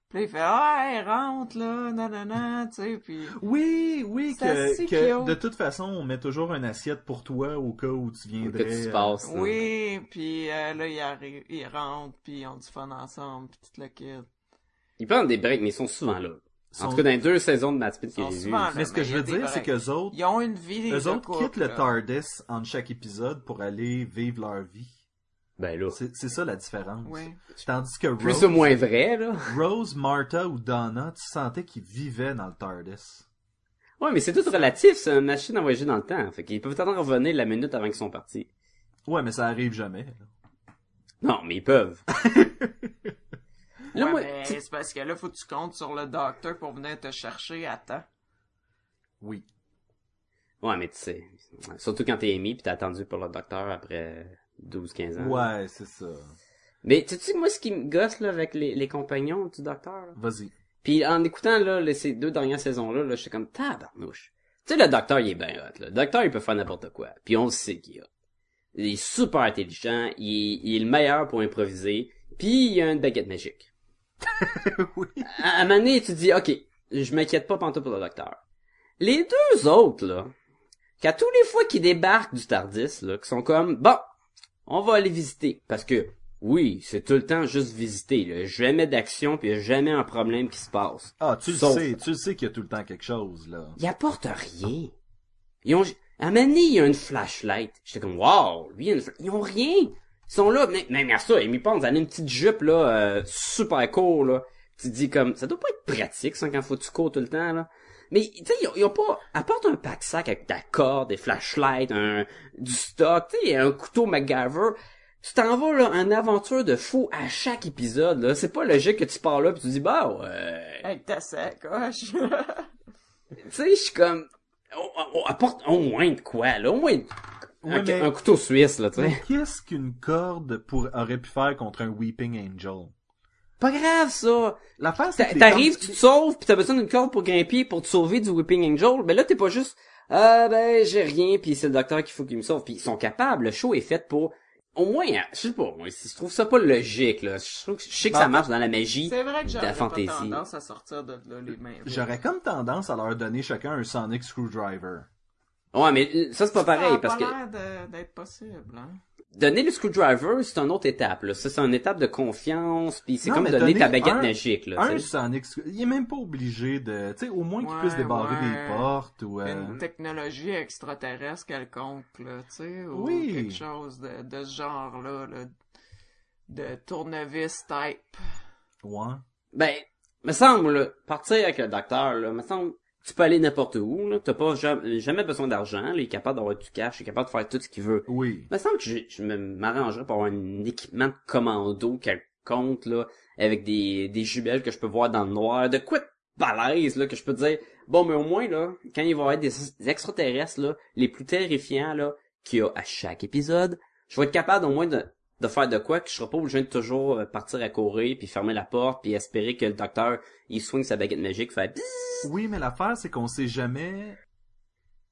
S5: Puis là, il fait « Ah, elle rentre, là, nanana », tu sais, puis...
S3: Oui, oui,
S5: C'est
S3: que,
S5: assez
S3: que
S5: cute.
S3: de toute façon, on met toujours une assiette pour toi au cas où tu
S4: Ou
S3: viendrais.
S4: Que tu
S3: euh,
S4: passes. là.
S5: Oui, puis euh, là, ils arrivent, ils rentrent, puis ils ont du fun ensemble, puis tout le kit.
S4: Ils prennent des breaks, mais ils sont souvent là. En
S3: sont-
S4: tout cas, dans les deux saisons de Matt Smith que
S5: Ils sont
S4: j'ai vues.
S5: souvent là.
S3: Mais ce que
S5: Mais
S3: je
S5: il y a
S3: veux
S5: des
S3: dire, c'est
S5: breaks.
S3: qu'eux autres,
S5: Ils ont une vie
S3: eux
S5: de
S3: autres
S5: couple,
S3: quittent le
S5: là.
S3: TARDIS entre chaque épisode pour aller vivre leur vie.
S4: Ben là,
S3: C'est c'est ça la différence.
S5: Oui.
S3: Tandis que
S4: plus
S3: Rose,
S4: ou moins vrai, là.
S3: Rose, Martha ou Donna, tu sentais qu'ils vivaient dans le TARDIS.
S4: Ouais, mais c'est tout relatif, c'est une machine à voyager dans le temps. Fait qu'ils peuvent attendre de revenir la minute avant qu'ils sont partis.
S3: Ouais, mais ça arrive jamais. là.
S4: Non, mais ils peuvent. là,
S5: Ouais,
S4: moi,
S5: mais
S4: tu-
S5: c'est parce que là, faut que tu comptes sur le docteur pour venir te chercher à temps.
S3: Oui.
S4: Ouais, mais tu sais. ouais, Surtout quand t'es émis pis t'as attendu pour le docteur après 12-15 ans.
S3: Ouais, c'est ça.
S4: Mais tu sais, moi, ce qui me gosse, là, avec les, les compagnons du docteur, là.
S3: Vas-y.
S4: Puis en écoutant, là, les- ces deux dernières saisons-là, là, j'étais comme, tabarnouche. Tu sais, le docteur, il est bien hot, là. Le docteur, il peut faire n'importe quoi. Puis on le sait qu'il est hot. Il est super intelligent, il est, il est le meilleur pour improviser, puis il a une baguette magique.
S3: oui.
S4: à, à un moment donné, tu dis, OK, je m'inquiète pas pantoute pour le docteur. Les deux autres, là, qu'à tous les fois qu'ils débarquent du Tardis, là, qui sont comme, bon, on va aller visiter. Parce que, oui, c'est tout le temps juste visiter, là. Jamais d'action, puis y a jamais un problème qui se passe.
S3: Ah, tu le
S4: Sauf-
S3: sais, tu le sais qu'il y a tout le temps quelque chose, là.
S4: Ils apportent rien. Ils ont, à un moment donné, il y a une flashlight. J'étais comme, wow, lui, il y a une fla- ils ont rien. Ils sont là, mais, mais, mais à ça, Amy Pons, elle a une petite jupe, là, euh, super court, là. Tu te dis comme, ça doit pas être pratique, ça, quand faut que tu cours tout le temps, là. Mais, tu sais, ils, ont- ils ont pas, apporte un pack-sac avec de la corde, des flashlights, un, du stock, tu sais, un couteau MacGyver. Tu t'en vas, là, en aventure de fou à chaque épisode, là. C'est pas logique que tu pars là pis tu dis, bah, ouais,
S5: Avec ta sacoche.
S4: tu sais, je suis comme, on, on- on apporte au moins de quoi, là, au moins de-
S3: Ouais,
S4: un,
S3: mais-
S4: un couteau suisse, là, tu
S3: Mais
S4: sais.
S3: qu'est-ce qu'une corde pour... aurait pu faire contre un Weeping Angel?
S4: Pas grave, ça.
S3: L'affaire, c'est
S4: T'a-
S3: que les
S4: T'arrives,
S3: cordes-
S4: tu te sauves, pis t'as besoin d'une corde pour grimper, pour te sauver du Whipping Angel. Ben là, t'es pas juste, ah ben, j'ai rien, puis c'est le docteur qu'il faut qu'il me sauve. Puis ils sont capables, le show est fait pour, au moins, hein, je sais pas, moi, si je trouve ça pas logique, là. Je, trouve, je sais que ça marche dans la magie,
S5: c'est vrai que
S4: de la
S5: j'aurais pas
S4: fantaisie.
S5: tendance à sortir de là les mains.
S3: J'aurais comme tendance à leur donner chacun un Sonic Screwdriver.
S4: Ouais, mais euh, ça, c'est pas pareil,
S5: ça a
S4: parce que...
S5: pas l'air de- d'être possible, hein.
S4: donner le screwdriver, c'est une autre étape. Là. Ça, c'est une étape de confiance, puis c'est
S3: Non,
S4: comme
S3: mais
S4: donner, ta
S3: donner
S4: baguette
S3: un-
S4: magique. Là,
S3: Un,
S4: tu sais.
S3: c'est en ex- Il est même pas obligé de... Tu sais, au moins qu'il
S5: Ouais,
S3: puisse débarrer
S5: ouais.
S3: des portes ou... euh,
S5: Une technologie extraterrestre quelconque, là, tu sais, ou
S3: Oui.
S5: quelque chose de, de ce genre-là, là, de tournevis type.
S3: Ouais.
S4: Ben, me semble, là, partir avec le docteur, là, me semble, tu peux aller n'importe où. là. T'as pas jamais, jamais besoin d'argent. là. Il est capable d'avoir du cash, il est capable de faire tout ce qu'il veut.
S3: Oui.
S4: me semble que je, je me- m'arrangerais pour avoir un équipement de commando quelconque, là, avec des, des jumelles que je peux voir dans le noir, de quoi de balèze, là, que je peux dire, bon, mais au moins, là, quand il va y avoir des, des extraterrestres, là, les plus terrifiants, là, qu'il y a à chaque épisode, je vais être capable au moins de, de faire de quoi que je serai pas obligé de toujours euh, partir à courir, puis fermer la porte, puis espérer que le docteur, il soigne sa baguette magique, fait Psst
S3: Oui, mais l'affaire, c'est qu'on sait jamais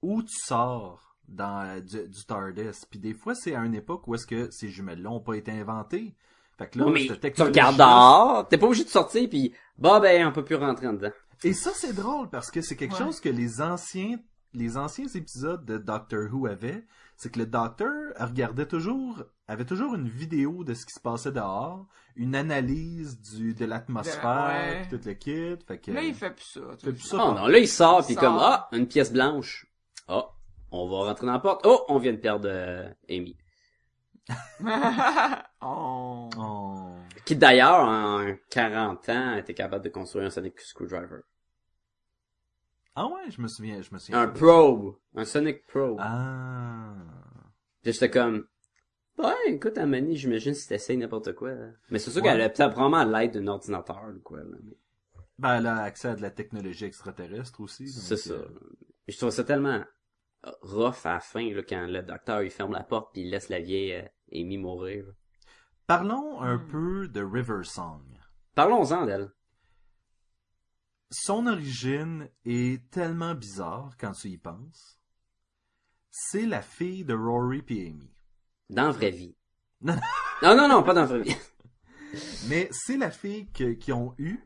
S3: où tu sors dans, euh, du, du TARDIS. Puis des fois, c'est à une époque où est-ce que ces jumelles-là ont pas été inventées. Fait que là,
S4: Non, Oh, mais
S3: cette
S4: tu regardes dehors, t'es pas obligé de sortir, puis bah ben, on peut plus rentrer en dedans.
S3: Et ça, c'est drôle parce que c'est quelque
S5: Ouais.
S3: chose que les anciens, les anciens épisodes de Doctor Who avaient. C'est que le docteur regardait toujours, avait toujours une vidéo de ce qui se passait dehors, une analyse du, de l'atmosphère,
S5: ouais.
S3: puis tout le kit. Fait que,
S5: Là, il fait plus ça. tu
S3: fait
S5: sais.
S3: plus ça.
S4: Oh non, là il sort puis
S5: Il
S4: comme
S5: sort.
S4: ah, une pièce blanche. Ah, on va rentrer dans la porte. Oh, on vient de perdre euh, Amy.
S5: On-
S3: On-
S4: Qui d'ailleurs en 40 ans était capable de construire un Sonic Screwdriver.
S3: Ah ouais, je me souviens, je me souviens.
S4: Un probe, un Sonic Probe.
S3: Ah.
S4: Puis j'étais comme Ouais, écoute, Amani, j'imagine si t'essayes n'importe quoi. là. Mais c'est sûr
S3: Ouais.
S4: qu'elle a peut-être vraiment l'aide d'un ordinateur ou quoi. là. Mais
S3: Ben, elle a accès à de la technologie extraterrestre aussi. donc,
S4: C'est ça.
S3: euh,
S4: Mais Je trouve ça tellement rough à la fin là, quand le docteur il ferme la porte puis il laisse la vieille euh, Amy mourir.
S3: Parlons un peu de River Song.
S4: Parlons-en d'elle.
S3: Son origine est tellement bizarre quand tu y penses. C'est la fille de Rory et Amy.
S4: Dans la vraie vie.
S3: Non, non.
S4: Non, non, non, pas dans la vraie vie.
S3: Mais c'est la fille que- qu'ils ont eue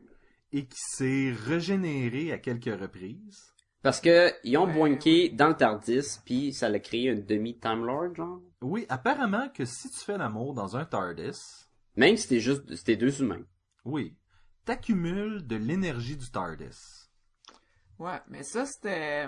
S3: et qui s'est régénérée à quelques reprises.
S4: Parce que ils ont
S5: Ouais,
S4: boinké dans le Tardis, puis ça l'a créé une demi Time Lord, genre.
S3: Oui, apparemment que si tu fais l'amour dans un TARDIS,
S4: Même si c'était juste c'était deux humains.
S3: oui, t'accumules de l'énergie du TARDIS.
S5: Ouais, mais ça, c'était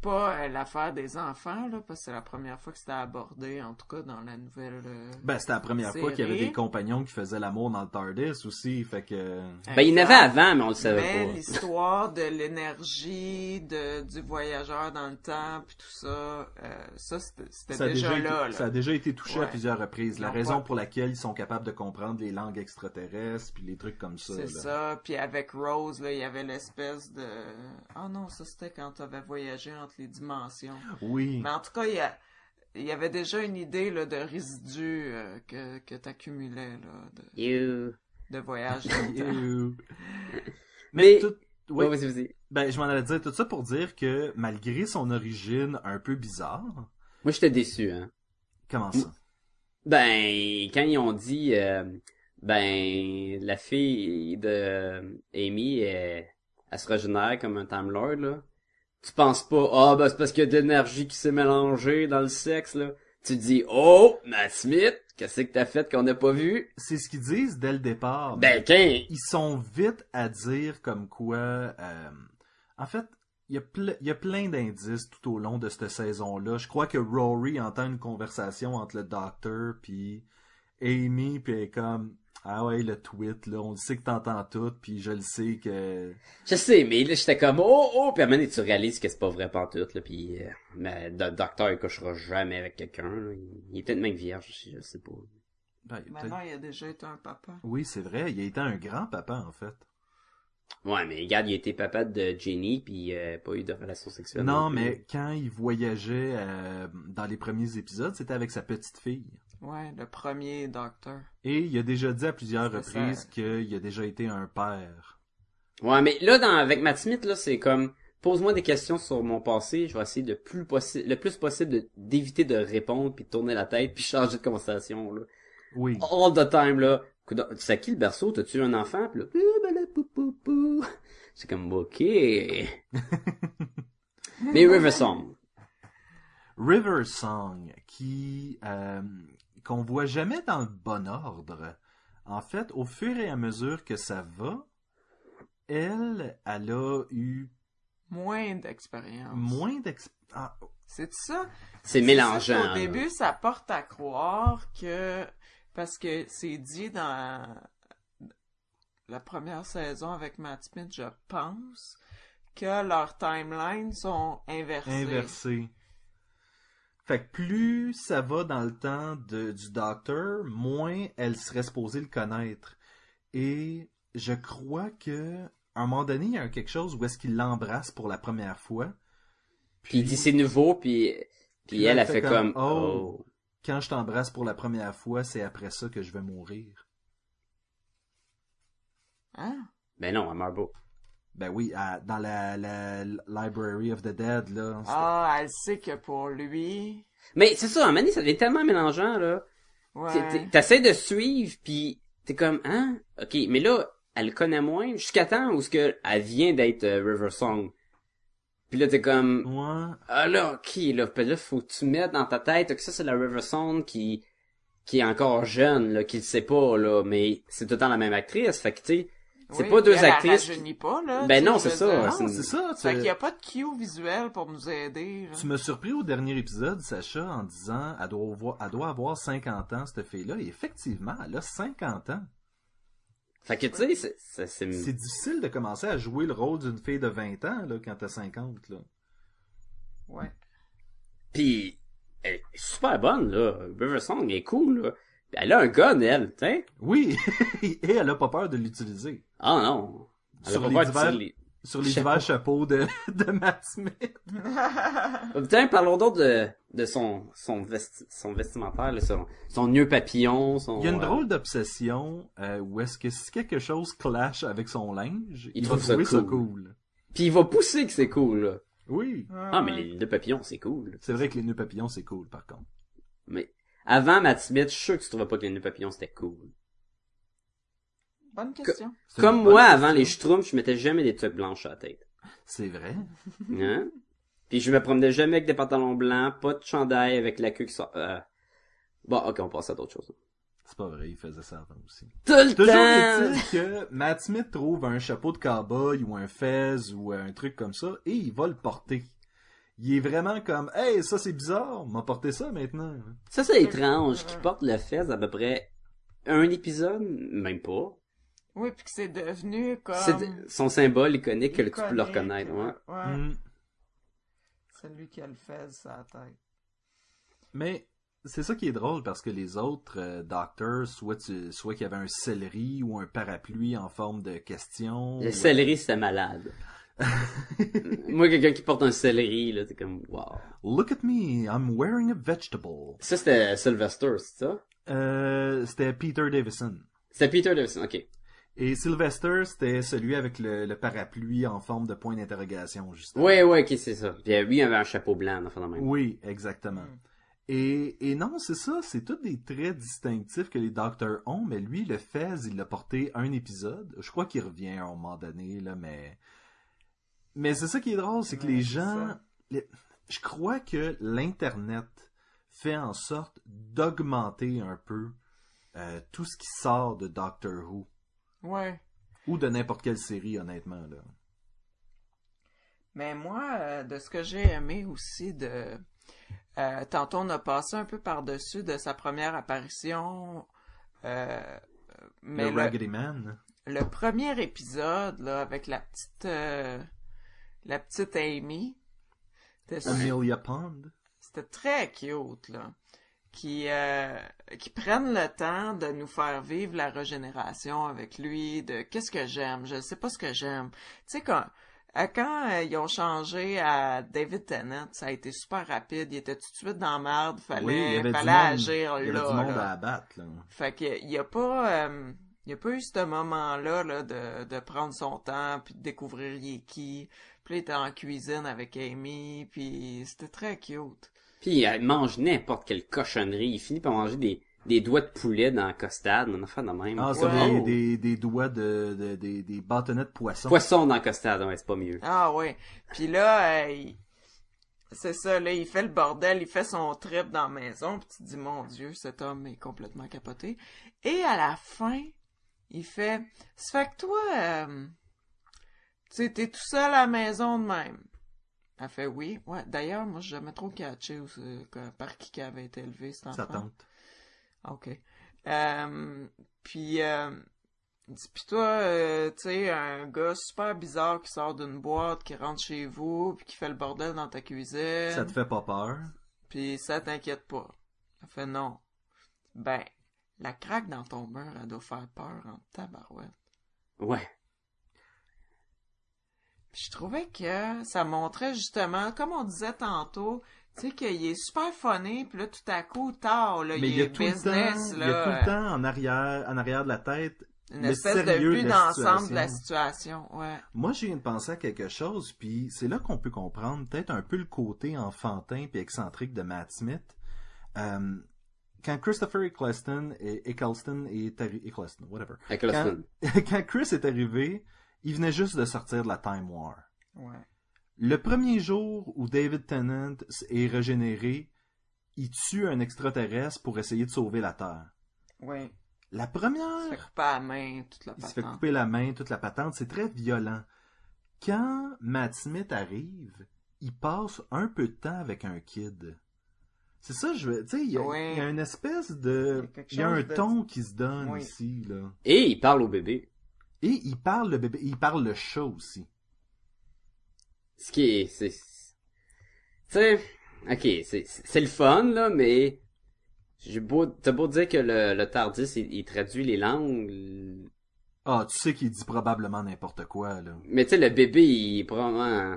S5: pas euh, l'affaire des enfants, là, parce que c'est la première fois que c'était abordé, en tout cas, dans la nouvelle... euh,
S3: Ben, c'était la première fois qu'il y avait
S5: Série.
S3: des compagnons qui faisaient l'amour dans le TARDIS aussi, fait que...
S4: Ben il y en avait
S3: Ah.
S5: exact.
S4: avant, mais on le savait
S5: Mais
S4: pas.
S5: l'histoire de l'énergie, de, du voyageur dans le temps, puis tout ça, euh, ça, c'était c'était
S3: Ça a,
S5: déjà,
S3: déjà été,
S5: là. là.
S3: ça a déjà été touché à
S5: Ouais.
S3: plusieurs reprises. La
S5: Ils ont
S3: raison
S5: pas-
S3: pour laquelle ils sont capables de comprendre les langues extraterrestres puis les trucs comme ça.
S5: C'est
S3: là.
S5: ça. Puis avec Rose, là, il y avait l'espèce de... Ah non, ça, c'était quand t'avais voyagé entre les dimensions.
S3: Oui.
S5: Mais en tout cas, il y, a- il y avait déjà une idée là, de résidus euh, que, que t'accumulais, là, de,
S4: Ew.
S5: de voyage dans le temps.
S3: Ew.
S4: Mais,
S3: Tout- oui.
S4: Ouais, vas-y, vas-y.
S3: Ben, je m'en allais dire tout ça pour dire que malgré son origine un peu bizarre,
S4: Moi j'étais déçu, hein.
S3: comment ça
S4: Ben quand ils ont dit euh, ben la fille de Amy elle, elle se régénère comme un Time Lord là. Tu penses pas ah ben c'est parce qu'il y a de l'énergie qui s'est mélangée dans le sexe là. Tu te dis oh Matt Smith qu'est-ce que t'as fait qu'on n'a pas vu
S3: C'est ce qu'ils disent dès le départ.
S4: Ben, quand...
S3: ils sont vite à dire comme quoi. euh, en fait, il y, a ple- il y a plein d'indices tout au long de cette saison-là. Je crois que Rory entend une conversation entre le docteur puis Amy, puis elle est comme ah ouais le tweet là, on le sait que t'entends tout, puis je le sais que
S4: Je sais, mais là, j'étais comme, oh, oh, puis à un moment donné, tu réalises que c'est pas vrai pantoute, là, puis euh, mais le docteur, il couchera jamais avec quelqu'un, là. Il- Il est peut-être même vierge, je sais pas.
S3: Ben, il y a peut-être-
S5: Maintenant, il y a déjà été un papa.
S3: oui c'est vrai, il a été un grand papa en fait.
S4: Ouais, mais regarde, il était papa de Jenny, puis euh, pas eu de relation sexuelle.
S3: Non
S4: plus.
S3: mais quand il voyageait euh, dans les premiers épisodes, c'était avec sa petite fille.
S5: Ouais, le premier docteur.
S3: Et il a déjà dit à plusieurs
S5: C'est ça.
S3: reprises qu'il a déjà été un père.
S4: Ouais, mais là, dans, avec Matt Smith, là, c'est comme, pose-moi des questions sur mon passé, je vais essayer de plus possi- le plus possible de- d'éviter de répondre, puis de tourner la tête, puis changer de conversation, là.
S3: Oui.
S4: all the time, là. Coudon- C'est à qui le berceau? T'as-tu un enfant? Puis là, Eh, ben là, pou, pou, pou. C'est comme, ok. Mais Riversong.
S3: River Song, qui euh, qu'on voit jamais dans le bon ordre. En fait, au fur et à mesure que ça va, elle, elle a eu
S5: Moins d'expérience.
S3: moins d'expérience. Ah,
S5: C'est ça? C'est
S4: C'est
S5: ça
S4: mélangeant.
S5: qu'au
S4: là.
S5: début, ça porte à croire que parce que c'est dit dans la première saison avec Matt Smith, je pense, que leurs timelines sont inversées.
S3: inversé. Fait que plus ça va dans le temps de- du docteur, moins elle serait supposée le connaître. Et je crois que à un moment donné, il y a quelque chose où est-ce qu'il l'embrasse pour la première fois.
S4: Puis il dit c'est nouveau, puis, puis elle a fait comme,
S3: Oh.
S4: oh.
S3: Quand je t'embrasse pour la première fois, c'est après ça que je vais mourir.
S5: Hein?
S4: Ben non, elle meurt beau.
S3: Ben oui, à- dans la, la Library of the Dead, là.
S5: Ah, elle sait que pour lui,
S4: Mais c'est ça, en Mani, ça devient tellement mélangeant, là. T'es- t'es-
S5: ouais,
S4: T'essaies de suivre, puis t'es comme, hein? Ok, mais là, elle connaît moins, jusqu'à temps où ce que elle vient d'être euh, River Song. Puis là, t'es comme,
S3: Ouais.
S4: ah là, ok, là, puis là, faut que tu mettes dans ta tête que ça, c'est la River Song qui, qui est encore jeune, là, qui le sait pas, là, mais c'est tout le temps la même actrice, fait que, tu sais, c'est
S5: Oui,
S4: pas deux
S5: elle, elle
S4: actrices qui-
S5: rajeunit pas, là,
S4: Ben
S5: tu sais,
S4: non,
S5: je
S4: c'est
S5: veux
S4: ça,
S5: dire.
S3: Ah,
S4: c'est une-
S3: c'est ça.
S5: Fait qu'il
S3: tu-
S5: y a pas de cue visuel pour nous aider. là.
S3: Tu m'as surpris au dernier épisode, Sacha, en disant elle doit avoir, elle doit avoir 50 ans, cette fille-là. Et effectivement, elle a 50 ans.
S4: fait que, tu sais, c'est, c'est, c'est-
S3: C'est difficile de commencer à jouer le rôle d'une fille de 20 ans là, quand t'as 50. Là.
S5: Ouais.
S4: Puis, elle est super bonne, là. River Song est cool, là. Puis Elle a un gun, elle, t'sais.
S3: Oui, et elle a pas peur de l'utiliser.
S4: Ah non. Elle
S3: Sur
S4: a
S3: les
S4: pas peur de
S3: divers-
S4: tirer les-
S3: Sur les divers chapeaux de, de Matt Smith.
S4: Oh, putain, parlons donc de, de son, son, vesti- son vestimentaire, là, son, son nœud papillon, son...
S3: Il y a une
S4: euh,
S3: drôle d'obsession euh, où est-ce que si quelque chose clash avec son linge, il, va
S4: trouve ça
S3: trouver ça
S4: cool.
S3: cool.
S4: Puis il va pousser que c'est cool, là.
S3: Oui.
S4: Ah, mais les nœuds papillons, c'est cool.
S3: C'est vrai que les nœuds papillons, c'est cool, par contre.
S4: Mais avant Matt Smith, je suis sûr que tu trouvais pas que les nœuds papillons, c'était cool.
S5: Bonne question.
S3: C'est une
S4: Comme
S3: bonne
S4: moi,
S3: question.
S4: avant les schtroumpfs, je mettais jamais des trucs blanches à la tête.
S3: C'est vrai.
S4: Hein? Puis je me promenais jamais avec des pantalons blancs, pas de chandail avec la queue qui sort... euh, Bon, ok, on passe à d'autres choses.
S3: C'est pas vrai, il faisait ça avant aussi.
S4: Tout le
S3: Toujours
S4: temps!
S3: est-il que Matt Smith trouve un chapeau de cowboy ou un fez ou un truc comme ça et il va le porter. Il est vraiment comme Hey, ça c'est bizarre, m'a porté ça maintenant.
S4: Ça, c'est étrange, qui porte le fez à peu près un épisode, même pas.
S5: Oui, puis que c'est devenu comme...
S4: C'est son symbole iconique que tu peux
S5: iconique,
S4: le
S5: euh,
S4: reconnaître, ouais.
S5: ouais.
S3: Hmm.
S5: Celui qui a le fez sur la tête.
S3: Mais c'est ça qui est drôle parce que les autres euh, docteurs, soit tu, soit qu'il y avait un céleri ou un parapluie en forme de question.
S4: Le
S3: ou-
S4: céleri, c'est malade. Moi, quelqu'un qui porte un céleri, là, t'es comme, wow.
S3: euh, Look at me, I'm wearing a vegetable.
S4: Ça, c'était Sylvester, c'est ça?
S3: Euh, c'était Peter Davison.
S4: C'était Peter Davison, ok.
S3: Et Sylvester, c'était celui avec le, le parapluie en forme de point d'interrogation, justement.
S4: Ouais, ouais, ok, c'est ça. Puis euh, lui, il avait un chapeau blanc, enfin, dans le même.
S3: Oui, exactement.
S5: Mm.
S3: Et, et non, c'est ça, c'est tous des traits distinctifs que les docteurs ont, mais lui, le fez, il l'a porté un épisode. Je crois qu'il revient à un moment donné, là, mais... Mais c'est ça qui est drôle, c'est que
S5: Ouais,
S3: les
S5: c'est
S3: gens...
S5: ça.
S3: les- Je crois que l'Internet fait en sorte d'augmenter un peu euh, tout ce qui sort de Doctor Who,
S5: Ouais.
S3: ou de n'importe quelle série, honnêtement, là.
S5: Mais moi, euh, de ce que j'ai aimé aussi de... euh, tantôt, on a passé un peu par-dessus de sa première apparition. euh, mais
S3: le
S5: le,
S3: Raggedy Man.
S5: le premier épisode, là, avec la petite... euh, la petite Amy. c'était
S3: Amelia Pond.
S5: c'était très cute, là. Qui, euh, qui prennent le temps de nous faire vivre la régénération avec lui, de qu'est-ce que j'aime, je sais pas ce que j'aime. Tu sais, quand, à quand euh, ils ont changé à David Tennant, ça a été super rapide, il était tout de suite dans la merde, fallait, fallait agir
S3: il y avait
S5: là.
S3: du monde
S5: là.
S3: à abattre. Là.
S5: Fait qu'il n'y a pas... euh, il y a pas eu ce moment-là là, de, de prendre son temps, puis de découvrir il est qui. Puis là, il était en cuisine avec Amy, puis c'était très cute.
S4: Puis il mange n'importe quelle cochonnerie. Il finit par manger des, des doigts de poulet dans la costade, un affaire de même.
S3: Ah, c'est
S5: Ouais.
S3: des,
S4: Oh.
S3: des, des doigts de, de- des, des bâtonnets de poisson.
S4: Poisson dans la costade, ouais, c'est pas mieux.
S5: Ah ouais. Puis là, euh, il- C'est ça, là, il fait le bordel, il fait son trip dans la maison, puis tu te dis, mon Dieu, cet homme est complètement capoté. Et à la fin, il fait, ça fait que toi, euh, tu sais, t'es tout seul à la maison de même. Elle fait oui, ouais. D'ailleurs, moi, j'ai jamais trop catché où c'est- que- par qui qu'elle avait été élevée, cet enfant.
S3: Sa tante.
S5: OK. Euh, puis, euh, il dit, puis toi, euh, tu sais, un gars super bizarre qui sort d'une boîte, qui rentre chez vous, puis qui fait le bordel dans ta cuisine,
S3: Ça te fait pas peur.
S5: puis ça t'inquiète pas. Elle fait non. Ben, la craque dans ton mur, elle doit faire peur en tabarouette.
S4: Ouais.
S5: Puis je trouvais que ça montrait justement, comme on disait tantôt, tu sais, qu'il est super funny, puis là, tout à coup, tard, là,
S3: Mais il y a tout le
S5: business,
S3: temps, il
S5: là.
S3: y a tout le temps en arrière, en arrière de la tête.
S5: une
S3: le
S5: espèce
S3: sérieux
S5: de vue
S3: de la
S5: d'ensemble de la situation, ouais.
S3: Moi, j'ai pensé à quelque chose, puis c'est là qu'on peut comprendre peut-être un peu le côté enfantin puis excentrique de Matt Smith. Euh, quand Christopher Eccleston et Eccleston est arri- Eccleston, whatever.
S4: Avec le
S3: Quand,
S4: son.
S3: quand Chris est arrivé, il venait juste de sortir de la Time War.
S5: Ouais.
S3: Le premier jour où David Tennant est régénéré, il tue un extraterrestre pour essayer de sauver la Terre.
S5: Ouais.
S3: La
S5: Il Ah. se fait
S3: première,
S5: couper à la main, toute la
S3: il se fait
S5: patente.
S3: couper la main, toute la patente, c'est très violent. Quand Matt Smith arrive, il passe un peu de temps avec un kid. C'est ça, je veux, tu sais, il y, a-
S5: Ouais.
S3: il y a une espèce de,
S5: Il y a quelque
S3: il y a un
S5: chose de-
S3: ton qui se donne
S5: Oui.
S3: ici, là.
S4: Et il parle au bébé.
S3: Et il parle le bébé, il parle le chat aussi.
S4: Ce qui est, c'est, tu sais, ok, c'est, c'est le fun, là, mais, j'ai beau, t'as beau dire que le, le Tardis, il, il traduit les langues,
S3: Ah, tu sais qu'il dit probablement n'importe quoi, là.
S4: mais tu sais, le bébé, il est probablement,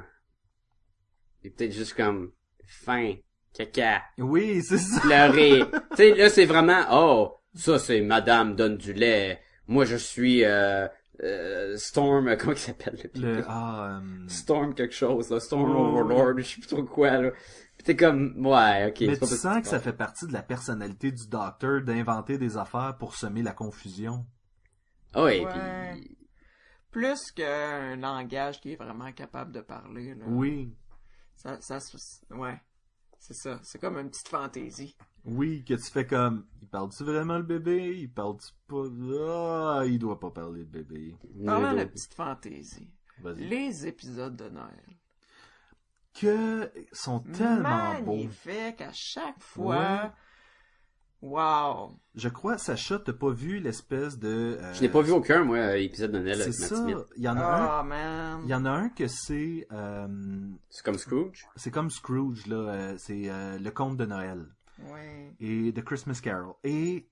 S4: il est peut-être juste comme, fin, caca,
S3: Oui, c'est ça.
S4: pleurer. tu sais, là, c'est vraiment, oh, ça, c'est madame donne du lait, moi, je suis, euh, euh, Storm, comment il s'appelle, le bébé?
S3: Le, ah, euh,
S4: Storm quelque chose, là, Storm
S3: Oh.
S4: Overlord, je sais plus trop quoi, là. Pis t'es comme, ouais, ok.
S3: Mais
S4: c'est pas
S3: tu
S4: possible.
S3: sens que ça fait partie de la personnalité du docteur d'inventer des affaires pour semer la confusion.
S4: Ah ouais,
S5: Ouais.
S4: pis-
S5: Plus qu'un langage qui est vraiment capable de parler, là.
S3: Oui.
S5: Ça, ça, se- ouais. C'est ça. C'est comme une petite fantaisie.
S3: Oui, que tu fais comme, il parle-tu vraiment le bébé? Il parle-tu pas? Ah, il doit pas parler le bébé.
S5: Parlant de
S4: Ouais,
S5: la petite fantaisie.
S3: Vas-y.
S5: Les épisodes de Noël.
S3: Que sont tellement beaux.
S5: Magnifique à chaque fois. Wow.
S3: Je crois, Sacha, t'as pas vu l'espèce de... euh,
S4: Je n'ai pas vu aucun, moi, euh, épisode de Noël
S3: C'est
S4: avec Matt
S3: ça.
S4: Smith.
S3: Il y en a un.
S5: Oh, man.
S3: Il y en a un que c'est, euh,
S4: C'est comme Scrooge.
S3: c'est comme Scrooge là, euh, c'est euh, le conte de Noël.
S5: Ouais.
S3: et The Christmas Carol. Et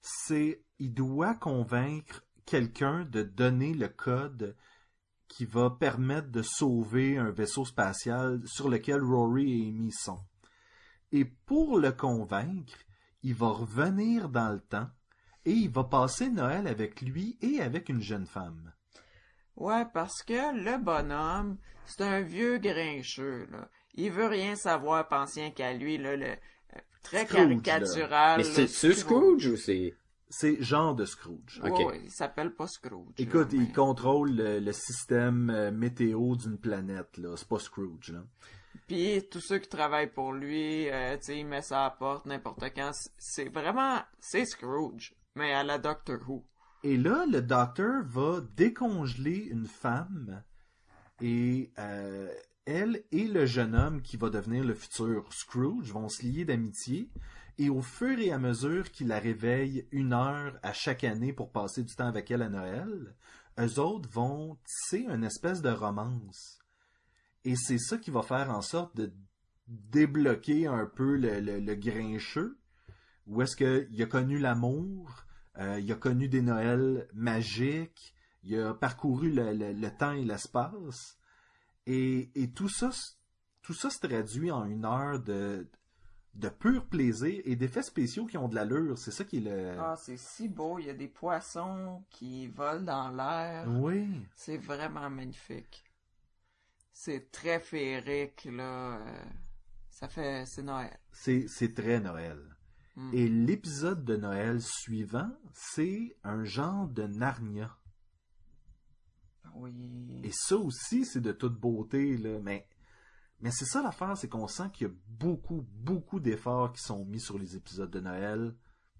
S3: c'est, il doit convaincre quelqu'un de donner le code qui va permettre de sauver un vaisseau spatial sur lequel Rory et Amy sont. Et pour le convaincre, il va revenir dans le temps et il va passer Noël avec lui et avec une jeune femme.
S5: Ouais, parce que le bonhomme, c'est un vieux grincheux, là. Il veut rien savoir, pensant qu'à lui, là, le euh, très
S3: Scrooge,
S5: caricatural.
S4: Mais
S5: là,
S4: c'est c'est Scrooge ou c'est...
S3: C'est genre de Scrooge.
S5: Ouais,
S4: Ok.
S5: ouais, il s'appelle pas Scrooge.
S3: Écoute,
S5: là, mais
S3: il contrôle le, le système euh, météo d'une planète, là. C'est pas Scrooge, là.
S5: Puis tous ceux qui travaillent pour lui, euh, tu sais, il met ça à la porte n'importe quand. C'est- C'est vraiment, c'est Scrooge, mais à la Doctor Who.
S3: Et là, le docteur va décongeler une femme et euh, elle et le jeune homme qui va devenir le futur Scrooge vont se lier d'amitié. Et au fur et à mesure qu'il la réveille une heure à chaque année pour passer du temps avec elle à Noël, eux autres vont tisser une espèce de romance. Et c'est ça qui va faire en sorte de débloquer un peu le, le, le grincheux. Où est-ce qu'il a connu l'amour, euh, il a connu des Noëls magiques, il a parcouru le, le- le temps et l'espace. Et, et tout ça, s- tout ça se traduit en une heure de, de pur plaisir et d'effets spéciaux qui ont de l'allure. C'est ça qui est le...
S5: Ah, c'est si beau, il y a des poissons qui volent dans l'air.
S3: Oui.
S5: C'est vraiment magnifique. C'est très féerique, là. euh, Ça fait... C'est Noël.
S3: C'est, c'est très Noël.
S5: Mm.
S3: Et l'épisode de Noël suivant, c'est un genre de Narnia.
S5: Oui.
S3: Et ça aussi, c'est de toute beauté, là. Mais Mais c'est ça l'affaire, c'est qu'on sent qu'il y a beaucoup, beaucoup d'efforts qui sont mis sur les épisodes de Noël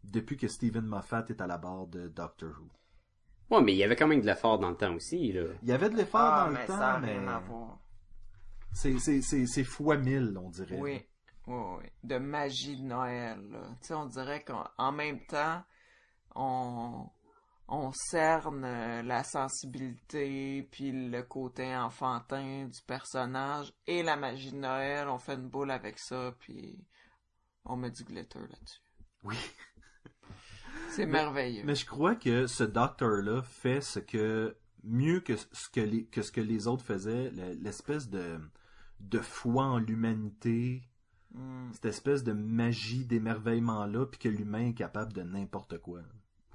S3: depuis que Steven Moffat est à la barre de Doctor Who.
S4: Ouais, mais il y avait quand même de l'effort dans le temps aussi, là.
S3: Il y avait de l'effort
S5: Ah,
S3: dans le
S5: mais
S3: temps,
S5: ça n'a
S3: mais
S5: rien à voir.
S3: c'est, c'est, c'est, c'est fois mille, on dirait.
S5: Oui, oui, oui. De magie de Noël, là. Tu sais, on dirait qu'en en même temps, on, on cerne euh, la sensibilité, puis le côté enfantin du personnage, et la magie de Noël, on fait une boule avec ça, puis on met du glitter là-dessus.
S3: Oui.
S5: C'est merveilleux.
S3: Mais je crois que ce docteur-là fait ce que mieux que ce que les, que ce que les autres faisaient, le- l'espèce de, de foi en l'humanité,
S5: Mm.
S3: cette espèce de magie d'émerveillement-là, puis que l'humain est capable de n'importe quoi.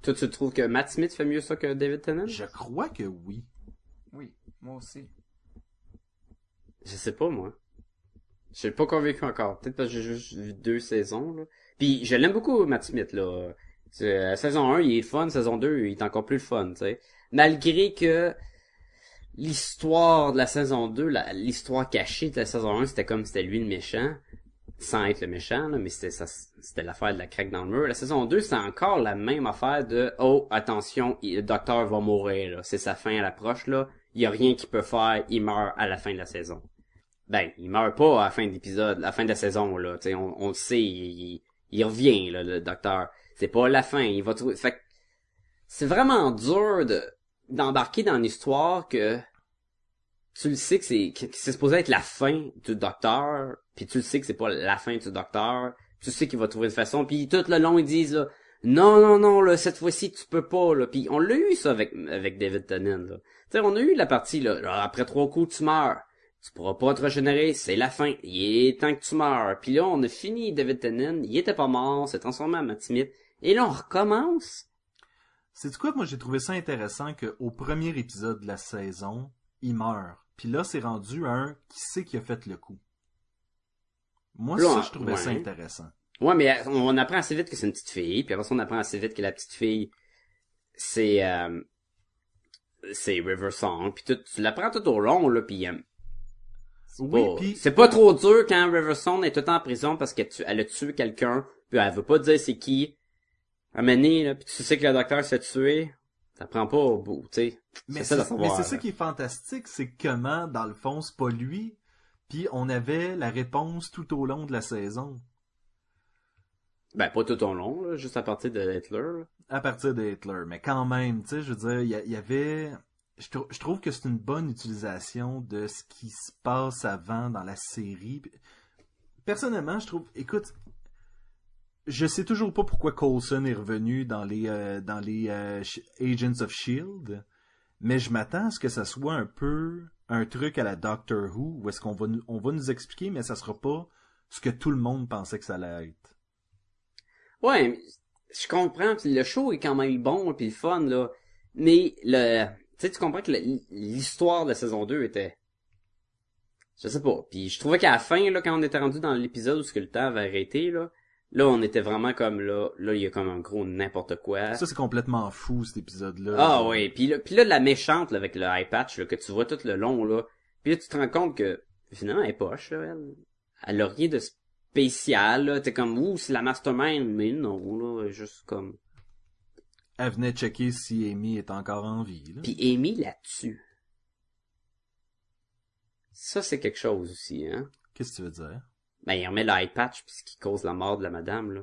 S4: Toi, tu trouves que Matt Smith fait mieux ça que David Tennant? Je,
S3: Je crois que oui.
S5: Oui, moi aussi.
S4: sais pas, moi. Je suis pas convaincu encore. Peut-être parce que j'ai juste vu deux saisons, là. Puis, je l'aime beaucoup, Matt Smith, là. C'est- euh, saison 1, il est le fun. Saison 2, il est encore plus le fun, tu sais. Malgré que l'histoire de la saison 2, la- l'histoire cachée de la saison 1, c'était comme c'était lui le méchant. Sans être le méchant, là, mais c'était ça- c'était l'affaire de la craque dans le mur. La saison 2, c'est encore la même affaire de « Oh, attention, il- le docteur va mourir, là. C'est sa fin à l'approche, là. Il y a rien qu'il peut faire. Il meurt à la fin de la saison. » Ben, il meurt pas à la fin de l'épisode, à la fin de la saison, là. Tu sais, on, on le sait, il, il- il revient, là, le docteur. C'est pas la fin. Il va trouver... Fait que c'est vraiment dur de d'embarquer dans une histoire que tu le sais que c'est que c'est supposé être la fin du docteur, puis tu le sais que c'est pas la fin du docteur, tu sais qu'il va trouver une façon, puis tout le long ils disent là, non non non là cette fois-ci tu peux pas là, puis on l'a eu ça avec avec David Tennant là, tu sais on a eu la partie là, là, après trois coups tu meurs, tu pourras pas te régénérer, c'est la fin, il est temps que tu meurs, puis là on a fini David Tennant, il était pas mort, s'est transformé en Matt Smith, et là on recommence,
S3: C'est quoi, moi j'ai trouvé ça intéressant qu'au premier épisode de la saison, il meurt. Puis là, c'est rendu à un qui sait qui a fait le coup. Moi,
S4: Là,
S3: ça, je trouvais ça
S4: ouais.
S3: intéressant.
S4: Ouais, mais euh, on apprend assez vite que c'est une petite fille, puis après ça, on apprend assez vite que la petite fille, c'est... euh, c'est River Song, puis tout, tu l'apprends tout au long, là, puis... euh,
S3: Oui,
S4: pas-
S3: puis
S4: C'est pas trop dur quand River Song est tout le temps en prison parce qu'elle tu- elle a tué quelqu'un, puis elle veut pas dire c'est qui. Amené, là, puis tu sais que le docteur s'est tué, t'apprends pas au bout, tu sais.
S3: Mais
S4: C'est ça
S3: c'est
S4: de
S3: mais
S4: savoir,
S3: c'est ça
S4: là.
S3: qui est fantastique, c'est comment, dans le fond, c'est pas lui, puis on avait la réponse tout au long de la saison,
S4: Ben, pas tout au long, là, juste à partir de Hitler, là.
S3: à partir de Hitler. Mais quand même, tu sais, je veux dire, il y a- il y, avait... Je, trou- je trouve que c'est une bonne utilisation de ce qui se passe avant dans la série. Puis- Personnellement, je trouve... Écoute, je sais toujours pas pourquoi Coulson est revenu dans les, euh, dans les euh, Sh- Agents of S.H.I.E.L.D., E mais je m'attends à ce que ça soit un peu un truc à la Doctor Who, où est-ce qu'on va nous, on va nous expliquer, mais ça sera pas ce que tout le monde pensait que ça allait être.
S4: Ouais, mais je comprends, puis le show est quand même bon, puis le fun, là. Mais le... Tu sais, tu comprends que le- l'histoire de la saison 2 était... Je sais pas. Puis je trouvais qu'à la fin, là, quand on était rendu dans l'épisode où ce que le temps avait arrêté, là, là, on était vraiment comme là, là, il y a comme un gros n'importe quoi.
S3: Ça, c'est complètement fou, cet épisode-là.
S4: Euh. Ah oui, puis là, puis là, la méchante là, avec le eye patch là, que tu vois tout le long, là, puis là, tu te rends compte que finalement, elle est poche, là, elle. Elle a rien de spécial, là. T'es comme, ouh, c'est la mastermind, mais non, là, juste comme...
S3: Elle venait checker si Amy est encore en vie. là.
S4: Puis Amy la tue. Ça, c'est quelque chose aussi, hein.
S3: Qu'est-ce que tu veux dire?
S4: Ben, il remet le eye patch, puis ce qui cause la mort de la madame, là.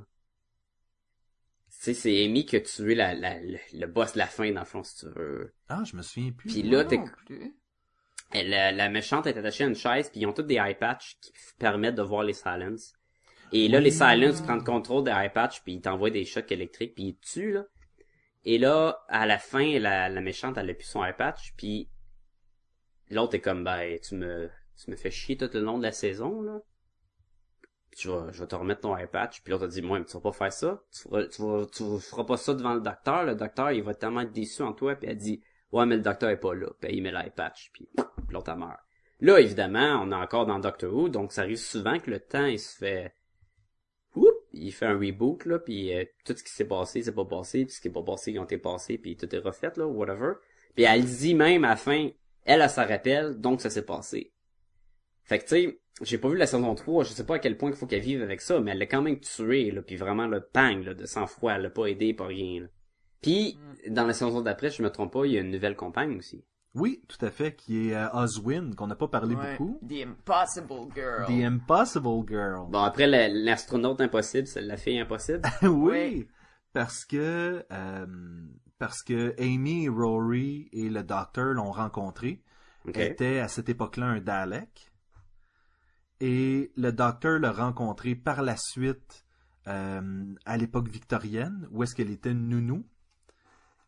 S4: Tu sais, c'est Amy qui a tué la, la- le, le boss de la fin, dans le fond, si tu veux.
S3: Ah, je me souviens plus.
S4: Puis là,
S5: Moi
S4: t'es...
S5: non plus.
S4: Elle, la, la méchante est attachée à une chaise, puis ils ont tous des eye patch qui f- permettent de voir les silences. Et là, les silences prennent contrôle des eye patch, puis ils t'envoient des chocs électriques, puis ils te tuent, là. Et là, à la fin, la, la méchante, elle a plus son eye patch, puis l'autre est comme, ben, tu me, tu me fais chier tout le long de la saison, là. Je vais, je vais te remettre ton eye patch, puis l'autre a dit, moi, mais tu vas pas faire ça. Tu feras, tu, vas- tu feras pas ça devant le docteur. Le docteur, il va tellement être déçu en toi, puis elle dit, ouais, mais le docteur est pas là. Puis il met l'eye patch, puis puis l'autre elle meurt. Là, évidemment, on est encore dans Doctor Who, donc ça arrive souvent que le temps, il se fait... Oups! Il fait un reboot, là, puis euh, tout ce qui s'est passé, c'est pas passé, puis ce qui est pas passé, ils ont été passés, puis tout est refait, là, whatever. Puis elle dit même, à la fin, elle, elle s'en rappelle, donc ça s'est passé. Fait que, tu sais, j'ai pas vu la saison 3, je sais pas à quel point il faut qu'elle vive avec ça, mais elle l'a quand même tué, là, puis vraiment, le pang, là, de sang-froid, elle l'a pas aidé, pas rien, là. Puis, dans la saison d'après, je me trompe pas, il y a une nouvelle compagne aussi.
S3: Oui, tout à fait, qui est euh, Oswin, qu'on n'a pas parlé
S5: Ouais.
S3: beaucoup.
S5: The Impossible Girl.
S3: The Impossible Girl.
S4: Bon, après, la- l'astronaute impossible, c'est la fille impossible.
S3: Ah, oui, parce que euh, parce que Amy, Rory et le docteur l'ont rencontré.
S4: OK.
S3: Elle était à cette époque-là un Dalek. Et le docteur l'a rencontré par la suite euh, à l'époque victorienne, où est-ce qu'elle était une nounou.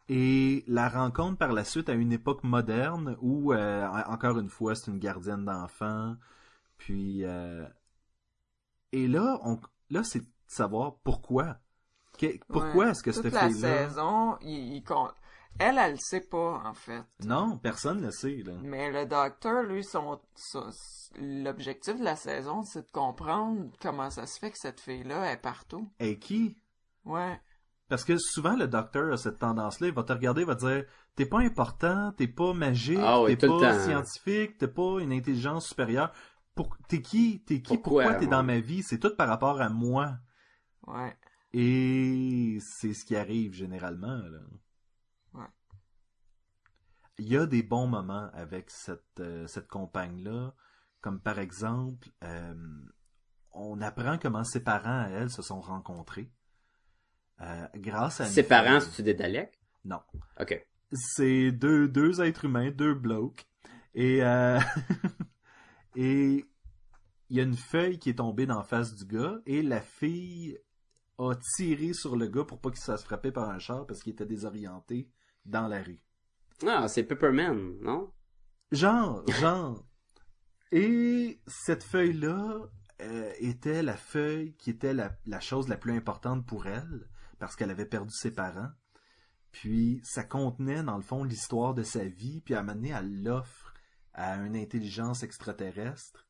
S3: Et la rencontre par la suite à une époque moderne où, euh, en- encore une fois, c'est une gardienne d'enfants. Puis. euh, Et là, on... là c'est de savoir pourquoi. Que- Pourquoi
S5: Ouais.
S3: est-ce que
S5: Toute
S3: cette
S5: la
S3: fille-là.
S5: saison, il, il con- elle, elle le sait pas, en fait.
S3: Non, personne ne le sait. Là.
S5: Mais le docteur, lui, son, son- l'objectif de la saison, c'est de comprendre comment ça se fait que cette fille-là est partout.
S3: Et qui
S5: Ouais.
S3: Parce que souvent, le docteur a cette tendance-là. Il va te regarder, il va te dire T'es pas important, t'es pas magique,
S4: Ah oui,
S3: t'es
S4: tout le
S3: pas
S4: temps.
S3: scientifique, t'es pas une intelligence supérieure. Pour... T'es qui T'es qui
S4: Pourquoi,
S3: Pourquoi, t'es dans
S4: ouais.
S3: ma vie C'est tout par rapport à moi.
S5: Ouais.
S3: Et c'est ce qui arrive généralement. là.
S5: Ouais.
S3: Il y a des bons moments avec cette, euh, cette compagne-là, comme par exemple, euh, on apprend comment ses parents, à elle, se sont rencontrés. Euh, grâce à une
S4: Ses parents,
S3: fille.
S4: c'est-tu des Daleks?
S3: Non.
S4: OK.
S3: C'est deux, deux êtres humains, deux blokes. Et, euh, et il y a une feuille qui est tombée d'en face du gars et la fille a tiré sur le gars pour pas qu'il se fasse frapper par un char parce qu'il était désorienté dans la rue.
S4: Ah, c'est Pepperman, non?
S3: Genre, genre. Et cette feuille-là euh, était la feuille qui était la, la chose la plus importante pour elle, parce qu'elle avait perdu ses parents. Puis ça contenait, dans le fond, l'histoire de sa vie, puis à un moment donné, elle l'offre à une intelligence extraterrestre.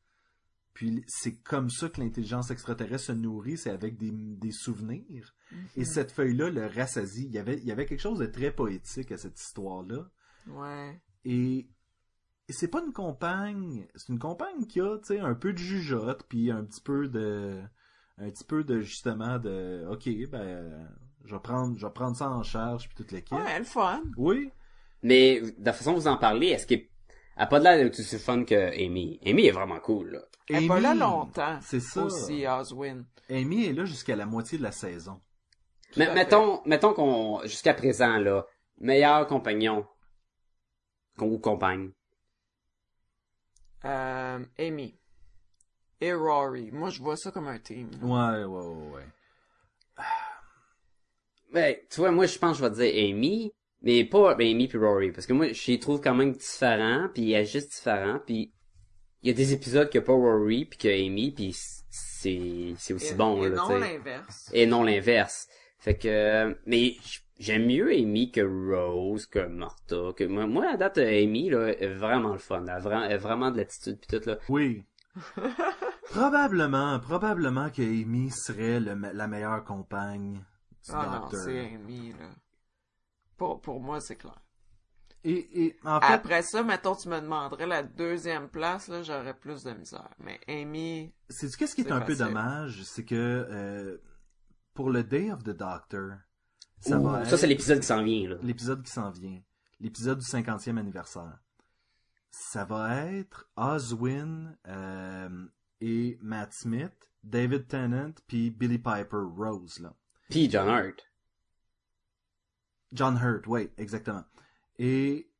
S3: Puis c'est comme ça que l'intelligence extraterrestre se nourrit, c'est avec des, des souvenirs.
S5: Mm.
S3: Et cette feuille-là le rassasie. Il y, avait, il y avait quelque chose de très poétique à cette histoire-là.
S5: Mm-hmm. Ouais.
S3: Et, et c'est pas une compagne, c'est une compagne qui a, tu sais, un peu de jugeote, puis un petit peu de, un petit peu de justement de, ok, ben, je vais prendre, je vais prendre ça en charge puis toute l'équipe.
S5: Ouais, elle est fun.
S3: Oui,
S4: Mais, de la façon dont vous en parlez, est-ce qu'il a pas de l'air d'être aussi fun que Amy? Amy est vraiment cool, là.
S5: Elle est pas là longtemps.
S3: C'est ça.
S5: Aussi, Oswin.
S3: Amy est là jusqu'à la moitié de la saison.
S4: Mais
S5: à
S4: mettons, mettons qu'on, jusqu'à présent, là, meilleur compagnon qu'on ou compagne.
S5: Euh, Amy. Et Rory. Moi, je vois ça comme un team.
S3: Ouais, ouais, ouais, ouais.
S4: Ben, tu vois, moi, je pense que je vais dire Amy, mais pas ben, Amy puis Rory, parce que moi, je les trouve quand même différents, puis ils agissent différents, puis il y a des épisodes que pas Rory puis que Amy, puis c'est c'est aussi
S5: Et-
S4: bon,
S5: et
S4: là,
S5: non
S4: tu sais.
S5: l'inverse.
S4: Et non l'inverse. Fait que, mais j- j'aime mieux Amy que Rose, que Martha, que moi, moi à date, Amy, là, est vraiment le fun, là, vra- elle a vraiment de l'attitude puis tout, là.
S3: Oui. probablement, probablement que Amy serait le me- la meilleure compagne du
S5: Ah non,
S3: Docteur.
S5: c'est Amy, là. Pour, pour moi, c'est clair.
S3: Et, et en fait,
S5: Après ça, mettons, tu me demanderais la deuxième place, là, j'aurais plus de misère. Mais Amy,
S3: C'est qu'est-ce qui est,
S5: C'est
S3: un peu
S5: facile.
S3: dommage, c'est que euh, pour le Day of the Doctor, ça
S4: Ouh,
S3: va
S4: ça, c'est
S3: être
S4: l'épisode qui s'en vient, là.
S3: l'épisode qui s'en vient, l'épisode du 50e anniversaire. Ça va être Oswin euh, et Matt Smith, David Tennant puis Billy Piper Rose là.
S4: Puis John Hurt.
S3: John Hurt, oui, exactement. Et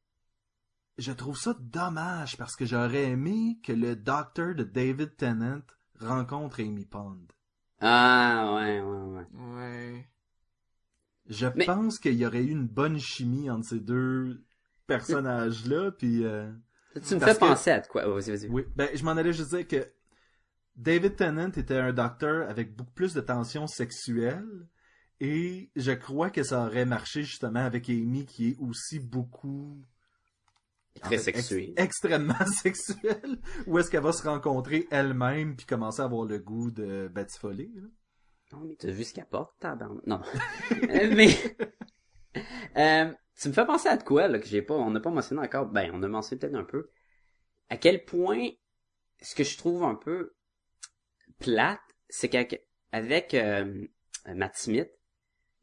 S3: je trouve ça dommage parce que j'aurais aimé que le docteur de David Tennant rencontre Amy Pond.
S4: Ah, ouais, ouais, ouais.
S5: ouais.
S3: Je
S4: Mais-
S3: pense qu'il y aurait eu une bonne chimie entre ces deux personnages-là, puis... euh,
S4: Tu me
S3: Parce
S4: fais
S3: que-
S4: penser à de quoi? Vas-y, vas-y.
S3: Oui, ben, je m'en allais juste dire que David Tennant était un docteur avec beaucoup plus de tensions sexuelles, et je crois que ça aurait marché justement avec Amy, qui est aussi beaucoup... en
S4: Très
S3: fait, ex-
S4: sexué.
S3: extrêmement sexuelle, où est-ce qu'elle va se rencontrer elle-même, puis commencer à avoir le goût de batifoler, là.
S4: Non, mais t'as vu ce qu'elle porte, tabarnak. Non. Euh, mais, euh, tu me fais penser à de quoi, là, que j'ai pas, on n'a pas mentionné encore. Ben, on a mentionné peut-être un peu. À quel point ce que je trouve un peu plate, c'est qu'avec avec, euh, Matt Smith,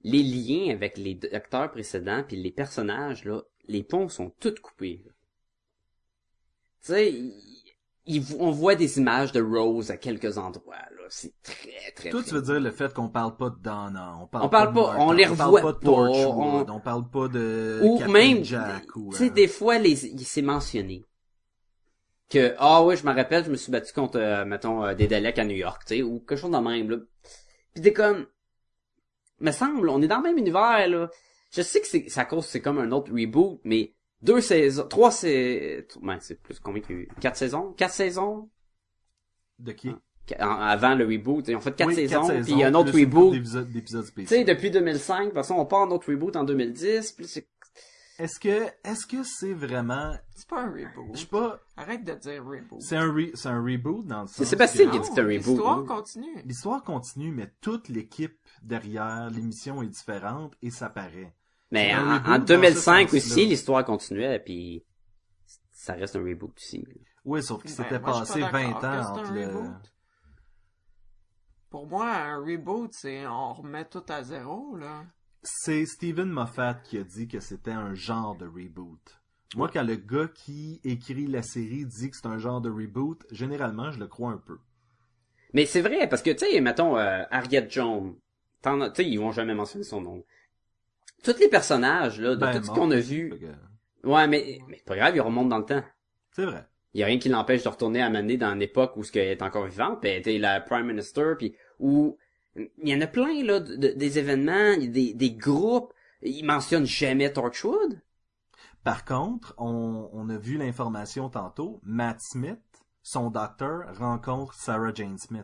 S4: les liens avec les docteurs précédents puis les personnages là, les ponts sont tous coupés. là. Tu sais, il- il- on voit des images de Rose à quelques endroits là, c'est très très.
S3: Toi,
S4: très
S3: tu veux dire le fait qu'on parle pas de Dana, on parle,
S4: On parle
S3: de
S4: pas,
S3: Martin,
S4: on les
S3: parle
S4: revoit
S3: pas de
S4: pas,
S3: Torchwood,
S4: on-
S3: on... parle pas de
S4: ou
S3: Euh, Captain
S4: même
S3: Jack ou
S4: tu sais
S3: euh,
S4: des fois les il s'est mentionné que ah ouais je me rappelle je me suis battu contre euh, mettons euh, des Daleks à New York tu sais ou quelque chose de même là puis t'es comme me semble on est dans le même univers là je sais que c'est ça cause c'est comme un autre reboot mais deux saisons trois c'est ben, c'est plus combien qu'il y a eu quatre saisons quatre saisons
S3: de qui
S4: Qu- en- avant le reboot ils ont fait quatre
S3: Oui,
S4: saisons puis il y
S3: saisons,
S4: a un autre
S3: plus une couple
S4: reboot
S3: d'épisodes- d'épisodes
S4: tu
S3: spéciaux.
S4: sais depuis 2005 de toute façon on part en autre reboot en 2010 puis c'est
S3: Est-ce que est-ce que c'est vraiment
S5: C'est pas un
S3: je sais
S5: reboot.
S3: pas
S5: Arrête de dire reboot.
S3: c'est un re- c'est un reboot dans le sens
S4: C'est Sébastien
S3: que-
S4: qui a dit que c'était un reboot.
S5: L'histoire
S4: oui.
S5: continue.
S3: l'histoire continue mais toute l'équipe derrière l'émission est différente et ça paraît.
S4: Mais
S3: C'est un
S4: en,
S3: reboot
S4: en
S3: dans ce
S4: 2005
S3: sens-là.
S4: aussi, l'histoire continuait, puis ça reste un reboot aussi.
S3: Oui, sauf qu'il
S5: Ben,
S3: s'était
S5: moi, je suis
S3: passé
S5: pas
S3: 20
S5: d'accord que
S3: ans
S5: c'est
S3: entre
S5: un
S3: le
S5: reboot. Pour moi, un reboot, c'est on remet tout à zéro, là.
S3: C'est Steven Moffat qui a dit que c'était un genre de reboot. Moi, quand le gars qui écrit la série dit que c'est un genre de reboot, généralement, je le crois un peu.
S4: Mais c'est vrai, parce que, tu sais, mettons, euh, Harriet Jones, t'en as- tu sais, ils vont jamais mentionner son nom. Tous les personnages, là, de
S3: Ben,
S4: tout ce
S3: mort.
S4: qu'on a
S3: Fait
S4: vu,
S3: que,
S4: ouais, mais, mais pas grave, ils remontent dans le temps.
S3: C'est vrai.
S4: Il y a rien qui l'empêche de retourner à Mané dans une époque où ce qu'elle est encore vivante, puis elle était la prime minister, puis où il y en a plein là de- de- des événements, des, des groupes. Ils mentionnent jamais Torchwood.
S3: Par contre, on, on a vu l'information tantôt, Matt Smith, son docteur, rencontre Sarah Jane Smith.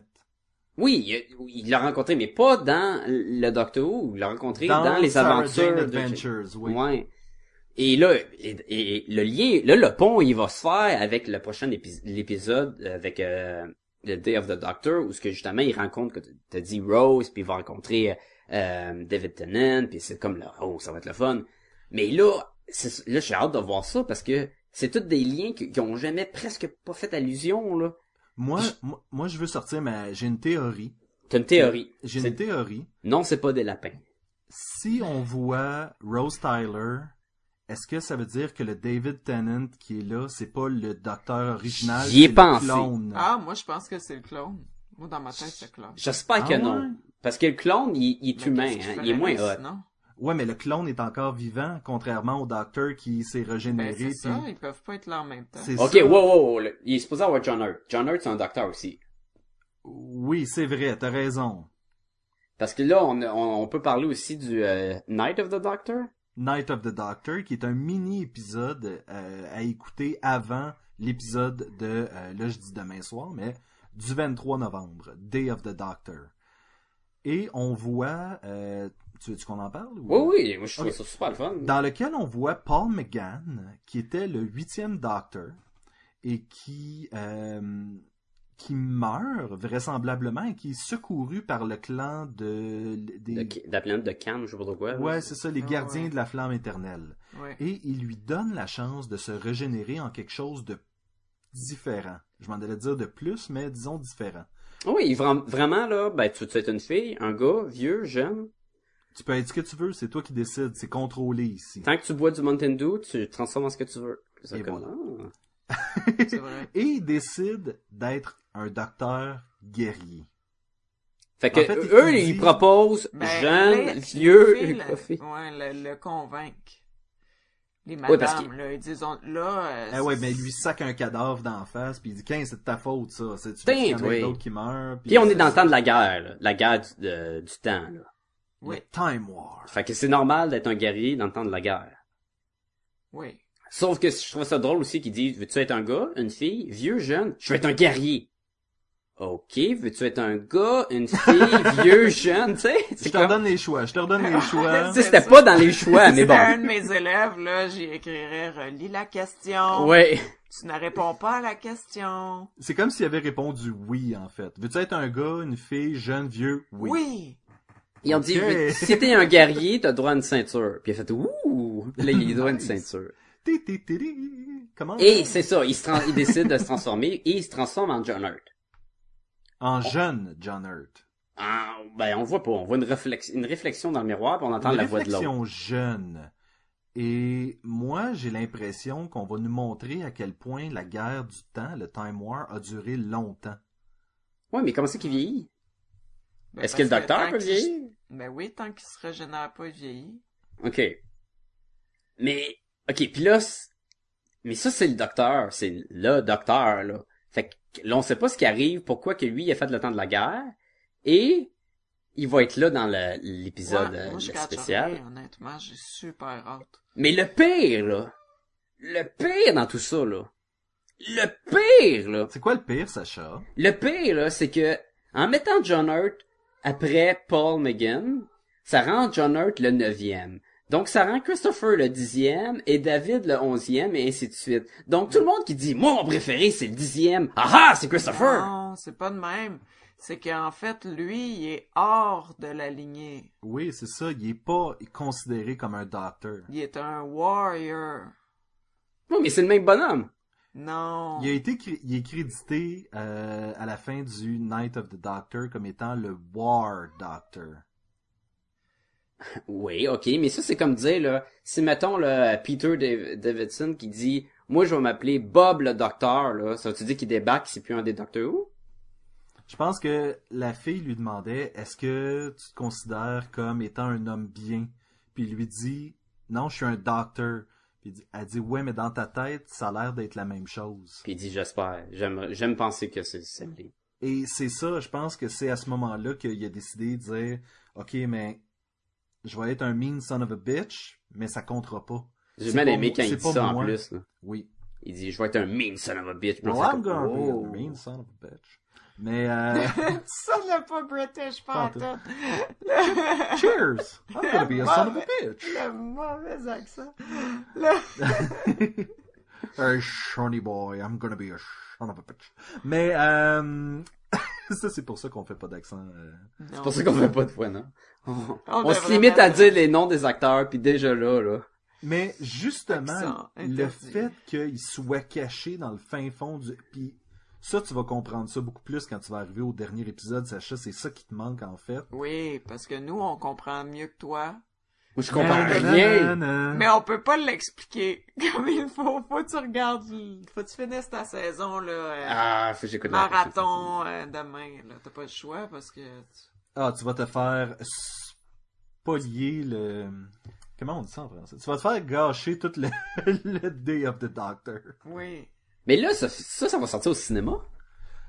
S4: Oui, il a- il l'a rencontré, mais pas dans le Doctor Who. Il l'a rencontré dans, les
S3: Sarah
S4: aventures
S3: Jane
S4: de Jane.
S3: Adventures, oui.
S4: Ouais. Et là, et, et- et le lien, là, le pont, il va se faire avec le prochain épi- l'épisode avec euh, le Day of the Doctor, où ce que justement il rencontre, que t'as dit Rose, puis il va rencontrer euh, David Tennant, puis c'est comme là, oh, ça va être le fun. Mais là, c'est- là, j'ai hâte de voir ça parce que c'est tous des liens qui, qui ont jamais presque pas fait allusion là.
S3: Moi, moi, moi, je veux sortir, mais j'ai une théorie.
S4: T'as une théorie.
S3: J'ai
S4: C'est-
S3: une théorie.
S4: Non, c'est pas des lapins.
S3: Si on voit Rose Tyler, est-ce que ça veut dire que le David Tennant qui est là, c'est pas le docteur original,
S4: J'y ai
S3: c'est le
S4: pensé.
S3: clone?
S5: Ah, moi, je pense que c'est le clone. Moi, dans ma tête, c'est le clone.
S4: J'espère
S3: Ah
S4: que
S3: ouais?
S4: non. Parce que le clone, il, il est
S5: Mais
S4: humain,
S5: qu'est-ce qu'il
S4: hein.
S5: ferait,
S4: il est moins
S5: lui,
S4: hot.
S5: sinon?
S3: Ouais, mais le clone est encore vivant, contrairement au docteur qui s'est
S5: Ben,
S3: régénéré.
S5: c'est ça,
S3: puis-
S5: ils peuvent pas être là en même temps.
S3: C'est
S4: Ok,
S3: ça.
S4: wow, wow, wow, le- il est supposé avoir John Hurt. John Hurt, c'est un docteur aussi.
S3: Oui, c'est vrai, t'as raison.
S4: Parce que là, on, on, on peut parler aussi du euh, Night of the Doctor.
S3: Night of the Doctor, qui est un mini-épisode euh, à écouter avant l'épisode de, euh, là je dis demain soir, mais du 23 novembre, Day of the Doctor. Et on voit, euh, tu veux-tu qu'on en parle? ou-
S4: Oui, oui, moi, je trouve
S3: Ok.
S4: ça super le fun.
S3: Dans lequel on voit Paul McGann, qui était le huitième Docteur, et qui, euh, qui meurt vraisemblablement, et qui est secouru par le clan de... Des...
S4: De, de la planète de Cannes, je sais pas trop quoi. là.
S3: Ouais, c'est ça, les
S5: Ah,
S3: gardiens
S5: ouais.
S3: de la flamme éternelle
S5: Ouais.
S3: et il lui donne la chance de se régénérer en quelque chose de différent. Je m'en allais dire de plus, mais disons différent.
S4: Ah Oui, il vra- vraiment, là, ben, tu, tu es une fille, un gars, vieux, jeune.
S3: Tu peux être ce que tu veux, c'est toi qui décides, c'est contrôlé ici.
S4: Tant que tu bois du Mountain Dew, tu te transformes en ce que tu veux. C'est
S3: Et
S4: comme, ah.
S5: C'est vrai.
S3: et il décide d'être un docteur guerrier.
S4: Fait que,
S3: En fait, il-
S4: eux,
S3: il
S4: ils
S3: dit-
S4: proposent
S5: Ben,
S4: jeune,
S5: les-
S4: vieux,
S5: les filles,
S4: et
S5: le-
S4: coiffé.
S5: Ouais, le, le convaincre. Les madames,
S4: Oui, parce qu'il-
S5: là, ils disent, on- là... euh,
S3: Ah ouais, mais lui sac un cadavre d'en face, puis il dit « c'est de ta faute, ça. C'est tu
S4: Tiens,
S3: veux qu'il y en ait
S4: oui.
S3: d'autres qui meurent. »
S4: Puis on est dans le temps de la guerre, là. la guerre du, de- du temps. Là.
S5: Oui,
S3: Time War.
S4: Fait que c'est normal d'être un guerrier dans le temps de la guerre.
S5: oui.
S4: Sauf que je trouve ça drôle aussi qu'ils disent, veux-tu être un gars, une fille, vieux, jeune? Je veux être un guerrier. Ok, veux-tu être un gars, une fille, vieux, jeune, tu sais?
S3: Je
S4: C'est
S3: te
S4: comme-
S3: redonne les choix, je te redonne les choix.
S4: Tu sais, c'était pas dans les choix, mais
S5: C'est
S4: bon.
S5: un de mes élèves, là, j'y écrirais « Relis la question.
S4: Ouais.
S5: Tu ne réponds pas à la question.
S3: C'est comme s'il avait répondu oui, en fait. Veux-tu être un gars, une fille, jeune, vieux?
S5: Oui.
S4: Ils ont dit,
S3: Ok.
S4: veux- si t'es un guerrier, t'as droit à une ceinture. Puis il a fait, ouh! Là, il a droit à une
S3: Nice.
S4: ceinture.
S3: Ti, ti, ti, ti. Comment?
S4: Et c'est ça, il, se tran- il décide de se transformer et il se transforme en John Hurt.
S3: En jeune John Hurt.
S4: Ah, ben on voit pas, on voit une, réflex- une réflexion dans le miroir, puis on entend
S3: Une
S4: la voix de l'autre.
S3: réflexion jeune. Et moi, j'ai l'impression qu'on va nous montrer à quel point la guerre du temps, le Time War, a duré longtemps.
S4: Ouais, mais comment c'est qu'il vieillit
S5: Ben,
S4: Est-ce que le
S5: parce
S4: docteur
S5: tant
S4: peut
S5: qu'il-
S4: vieillir
S5: Ben oui, tant qu'il se régénère pas, il vieillit.
S4: Ok. Mais ok, puis là, c- mais ça c'est le docteur, c'est le docteur là. Fait que là, on sait pas ce qui arrive, pourquoi que lui il a fait le temps de la guerre et il va être là dans le- l'épisode
S5: Ouais,
S4: euh,
S5: moi, je catch
S4: spécial.
S5: rien, honnêtement, j'ai super hâte.
S4: Mais le pire, là, le pire dans tout ça, là, le pire, là,
S3: C'est quoi le pire, Sacha?
S4: le pire, là, c'est que, en mettant John Hurt après Paul McGann, ça rend John Hurt le neuvième. Donc, ça rend Christopher le dixième et David le onzième et ainsi de suite. Donc, tout le monde qui dit, moi, mon préféré, c'est le dixième. Ah ah, c'est Christopher!
S5: Non, c'est pas de même. C'est qu'en fait, lui, il est hors de la lignée.
S3: Oui, c'est ça. Il est pas considéré comme un docteur.
S5: Il est un warrior.
S4: Non, mais c'est le même bonhomme.
S5: Non.
S3: Il a été cré- il est crédité euh, à la fin du Night of the Doctor comme étant le War Doctor.
S4: Oui, ok, mais ça, c'est comme dire, là, si mettons, là, Peter Dav- Davidson qui dit, moi, je vais m'appeler Bob le docteur, là, ça veut-tu dire qu'il débarque, c'est plus un des docteurs Who?
S3: Je pense que la fille lui demandait est-ce que tu te considères comme étant un homme bien Puis il lui dit non, je suis un docteur. Puis il dit- elle dit ouais, mais dans ta tête, ça a l'air d'être la même chose.
S4: Puis il dit, j'espère, j'aime, j'aime penser que c'est, c'est vrai.
S3: Et c'est ça, je pense que c'est à ce moment-là qu'il a décidé de dire OK, mais je vais être un mean son of a bitch, mais ça comptera pas.
S4: J'ai
S3: C'est
S4: mal
S3: pas
S4: aimé
S3: moi-
S4: quand il
S3: c'est
S4: dit
S3: pas
S4: ça en
S3: moi.
S4: plus, là.
S3: Oui.
S4: Il dit, je vais être un mean son of a bitch. Puis on
S3: Well,
S4: fait
S3: I'm
S4: comme, oh.
S3: gonna be
S4: wow.
S3: a mean son of a bitch. Mais euh,
S5: Ça n'a pas British
S3: Pas en
S5: pantoute.
S3: tout. cheers. I'm gonna be a son of a bitch.
S5: Le mauvais accent.
S3: A shiny boy, I'm gonna be a son of a bitch. Mais euh, ça c'est pour ça qu'on fait pas d'accent. euh.
S4: C'est pour ça qu'on fait pas de fois, non? On,
S5: On
S4: on se
S5: devrait
S4: limite à
S5: mettre-
S4: dire les noms des acteurs, puis déjà là, là.
S3: Mais justement,
S5: Accent
S3: le
S5: interdit.
S3: fait qu'il soit caché dans le fin fond du... Puis ça, tu vas comprendre ça beaucoup plus quand tu vas arriver au dernier épisode, Sacha. C'est ça qui te manque, en fait.
S5: Oui, parce que nous, on comprend mieux que toi.
S4: Moi, je comprends
S3: Nanana.
S4: rien.
S5: Mais on peut pas l'expliquer comme il faut. Faut que tu regardes, faut que tu finisses ta saison, là. euh,
S4: Ah, faut que j'écoute la prochaine saison.
S5: marathon euh, demain, là. T'as pas le choix parce que. tu-
S3: Ah, tu vas te faire spolier le... Comment on dit ça en français? Tu vas te faire gâcher tout le, le Day of the Doctor.
S5: Oui.
S4: Mais là, ça, ça, ça va sortir au cinéma?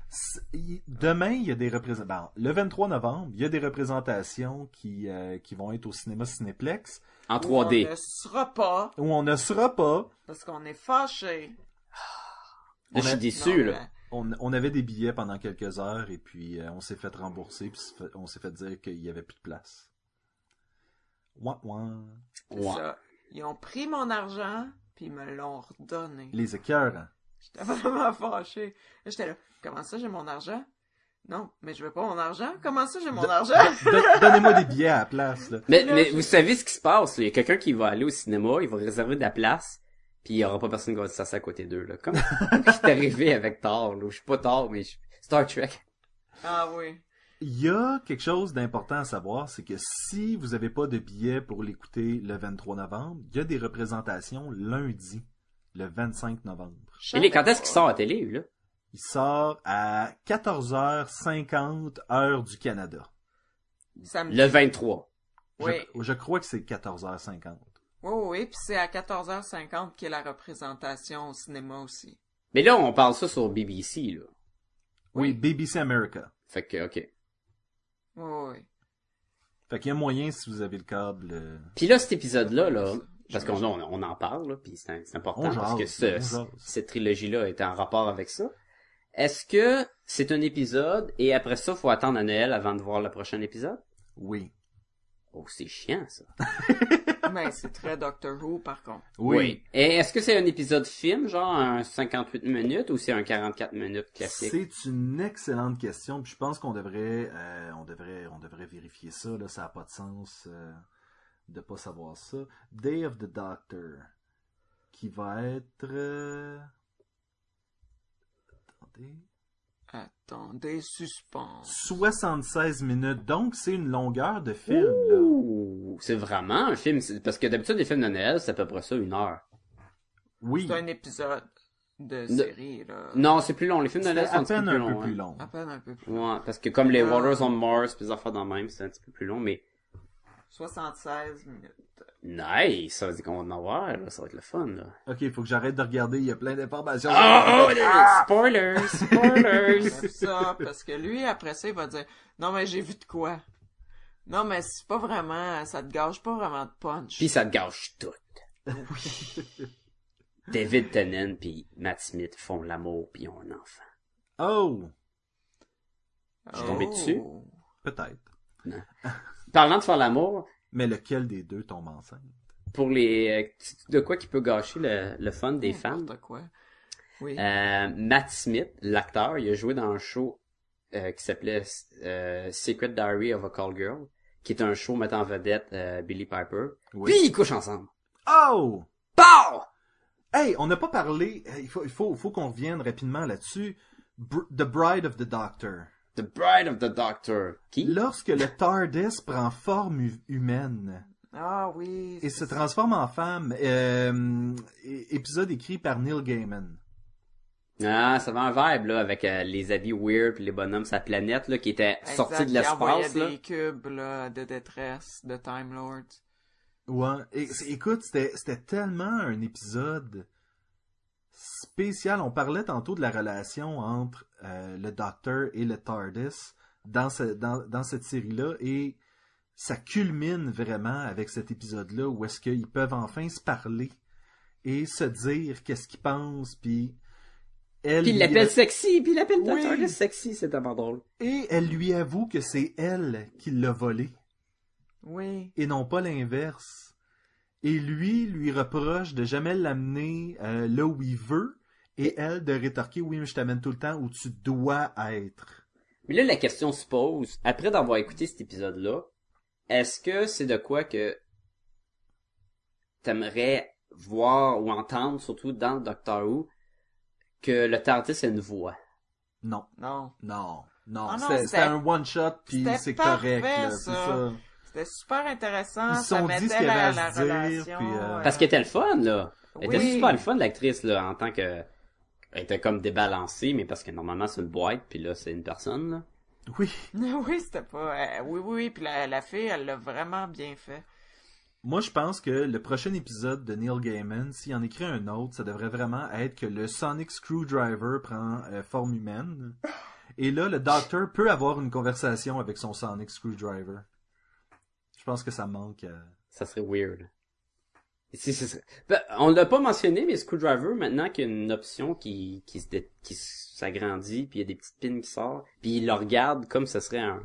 S3: C'est- il- Demain, il y a des représentations. Le 23 novembre, il y a des représentations qui, euh, qui vont être au cinéma Cinéplex,
S4: En
S5: Ou On
S4: 3D.
S5: ne sera pas
S3: où on ne sera pas,
S5: parce qu'on est fâchés.
S4: Là, je suis
S3: on a-
S4: déçu,
S5: Non,
S4: là.
S5: mais-
S3: On, on avait des billets pendant quelques heures et puis euh, on s'est fait rembourser puis se fait- on s'est fait dire qu'il y avait plus de place. Ouin, ouin.
S5: C'est
S4: Ouais.
S5: ça. Ils ont pris mon argent, puis ils me l'ont redonné.
S3: Les hein. écœurs.
S5: J'étais vraiment fâché. J'étais là, comment ça j'ai mon argent? Non, mais je veux pas mon argent. Comment ça j'ai mon argent?
S3: Donnez-moi des billets à la place. Là.
S4: Mais,
S5: Là,
S4: mais
S5: je-
S4: vous savez ce qui se passe, là. Il y a quelqu'un qui va aller au cinéma, il va réserver de la place, puis il y aura pas personne qui va s'asseoir à côté d'eux, là. Comme ce qui est arrivé avec Thor, là. Je suis pas Thor, mais je... Star Trek.
S5: Ah oui.
S3: Il y a quelque chose d'important à savoir, c'est que si vous n'avez pas de billets pour l'écouter le 23 novembre, il y a des représentations lundi, le 25 novembre.
S4: Et les, quand
S5: ben,
S4: est-ce qu'il sort à télé, lui, là?
S3: Il sort à 14h50 heure du Canada.
S5: Ça me...
S4: Le 23.
S3: Je-
S5: Oui.
S3: je crois que c'est 14h50.
S5: Oui, oui, oui, puis c'est à 14h50 qu'est la représentation au cinéma aussi.
S4: Mais là, on parle ça sur BBC, là.
S3: Oui, BBC America.
S4: Fait que, ok.
S5: Oui, oui, oui.
S3: Fait qu'il y a moyen si vous avez le câble. euh,
S4: Puis là, cet épisode-là, là, parce qu'on
S5: J'imagine.
S4: on, on en parle, là, puis c'est c'est important,
S3: On jase,
S4: parce que ce-
S3: on jase.
S4: cette trilogie-là est en rapport avec ça. Est-ce que c'est un épisode, et après ça, faut attendre à Noël avant de voir le prochain épisode?
S3: Oui.
S4: Oh, c'est chiant, ça.
S5: Mais c'est très Doctor Who, par contre.
S4: Et est-ce que c'est un épisode film, genre un 58 minutes, ou c'est un 44 minutes classique?
S3: C'est une excellente question. Puis je pense qu'on devrait, euh, on devrait, on devrait vérifier ça. Là, ça n'a pas de sens euh, de pas savoir ça. Day of the Doctor, qui va être... euh, Attendez...
S5: Attendez, suspense.
S3: 76 minutes, donc c'est une longueur de film, là.
S4: Ouh, c'est vraiment un film. c'est- Parce que d'habitude, les films de Noël, c'est à peu près ça, une heure.
S3: Oui,
S5: C'est un épisode de série, là.
S4: Non, c'est plus long. Les films de
S3: c'était
S4: Noël sont
S3: à
S4: un petit peu
S3: peine
S4: plus
S3: un
S4: longs. hein.
S3: peu plus
S4: ouais.
S3: long.
S5: À peine un peu plus.
S4: Ouais, parce que comme les
S5: Ah.
S4: Waters on Mars, puis des affaires dans le même, c'est un petit peu plus long, mais
S5: 76 minutes.
S4: nice, ça veut dire qu'on va en avoir, là, ça va être le fun, là.
S3: Ok, faut que j'arrête de regarder, il y a plein d'informations.
S4: Oh, oh, spoilers, spoilers!
S5: J'aime ça, parce que lui, après ça, il va dire « Non, mais j'ai vu de quoi? » Non, mais c'est pas vraiment... Ça te gâche pas vraiment de punch.
S4: Puis ça te gâche tout. David Tennant puis Matt Smith font l'amour puis ont un enfant.
S3: Oh,
S4: je suis tombé
S5: Oh,
S4: dessus.
S3: peut-être.
S4: Parlant de faire l'amour,
S3: Mais lequel des deux tombe enceinte?
S4: pour les euh, de quoi qui peut gâcher le, le fun
S5: Mm.
S4: des femmes,
S5: N'importe quoi. Oui.
S4: euh, Matt Smith, l'acteur, il a joué dans un show euh, qui s'appelait euh, Secret Diary of a Call Girl, qui est un show mettant en vedette euh, Billy Piper.
S3: Oui.
S4: Puis ils couchent ensemble.
S3: Oh!
S4: Pow!
S3: Hey, on n'a pas parlé, euh, il faut, il faut, faut qu'on revienne rapidement là-dessus. Br- the Bride of the Doctor.
S4: The Bride of the Doctor. Qui?
S3: Lorsque le TARDIS prend forme hu- humaine
S5: Ah oui.
S3: et
S5: c'est
S3: se transforme en femme, euh, é- épisode écrit par Neil Gaiman.
S4: Ah, ça va un vibe là avec euh, les habits weird puis les bonhommes sa planète là qui était
S5: Exact,
S4: sorti de
S5: il envoyait
S4: l'espace là.
S5: des cubes là, de détresse de Time Lord.
S3: Ouais. Et, c'est- écoute, c'était c'était tellement un épisode spécial. On parlait tantôt de la relation entre euh, le Docteur et le TARDIS dans, ce- dans, dans cette série-là et ça culmine vraiment avec cet épisode-là où est-ce qu'ils peuvent enfin se parler et se dire qu'est-ce qu'ils pensent, puis... Elle
S4: Puis il
S3: lui
S4: l'appelle
S3: a-
S4: sexy, puis il l'appelle
S3: Oui.
S4: Dr. List sexy, c'est tellement drôle.
S3: Et elle lui avoue que c'est elle qui l'a volé
S5: Oui.
S3: et non pas l'inverse. Et lui lui reproche de jamais l'amener euh, là où il veut et elle de rétorquer oui mais je t'amène tout le temps où tu dois être.
S4: Mais là la question se pose après d'avoir écouté cet épisode là, est-ce que c'est de quoi que t'aimerais voir ou entendre surtout dans le Doctor Who que le TARDIS a une voix.
S3: Non,
S5: Non.
S3: non, non.
S5: Ah non,
S3: c'était
S5: c'était-
S3: c'était un one shot puis
S5: c'était
S3: c'est
S5: parfait,
S3: correct là, c'est
S5: ça.
S3: ça.
S5: C'était super intéressant.
S3: Ils se
S5: ça
S3: sont dit
S5: mettait
S3: ce qu'il y
S5: la,
S3: avait à
S5: la
S3: se dire,
S5: relation.
S3: puis, euh,
S4: Parce qu'elle était le fun là. Elle
S5: oui.
S4: était super le fun l'actrice là en tant que elle était comme débalancée mais parce que normalement c'est une boîte puis là c'est une personne là.
S3: Oui,
S5: Oui, c'était pas. euh, oui, oui, oui. Puis la, la fille, elle l'a vraiment bien fait.
S3: moi je pense que le prochain épisode de Neil Gaiman, s'il en écrit un autre, ça devrait vraiment être que le Sonic Screwdriver prend euh, forme humaine. Et là, le docteur peut avoir une conversation avec son Sonic Screwdriver. Je pense que ça manque. euh,
S4: Ça serait weird. Si, ça serait- Ben, on l'a pas mentionné, mais Screwdriver, maintenant qu'il y a une option qui, qui, se dé- qui s'agrandit, puis il y a des petites pins qui sortent, puis il le regarde comme ce serait un,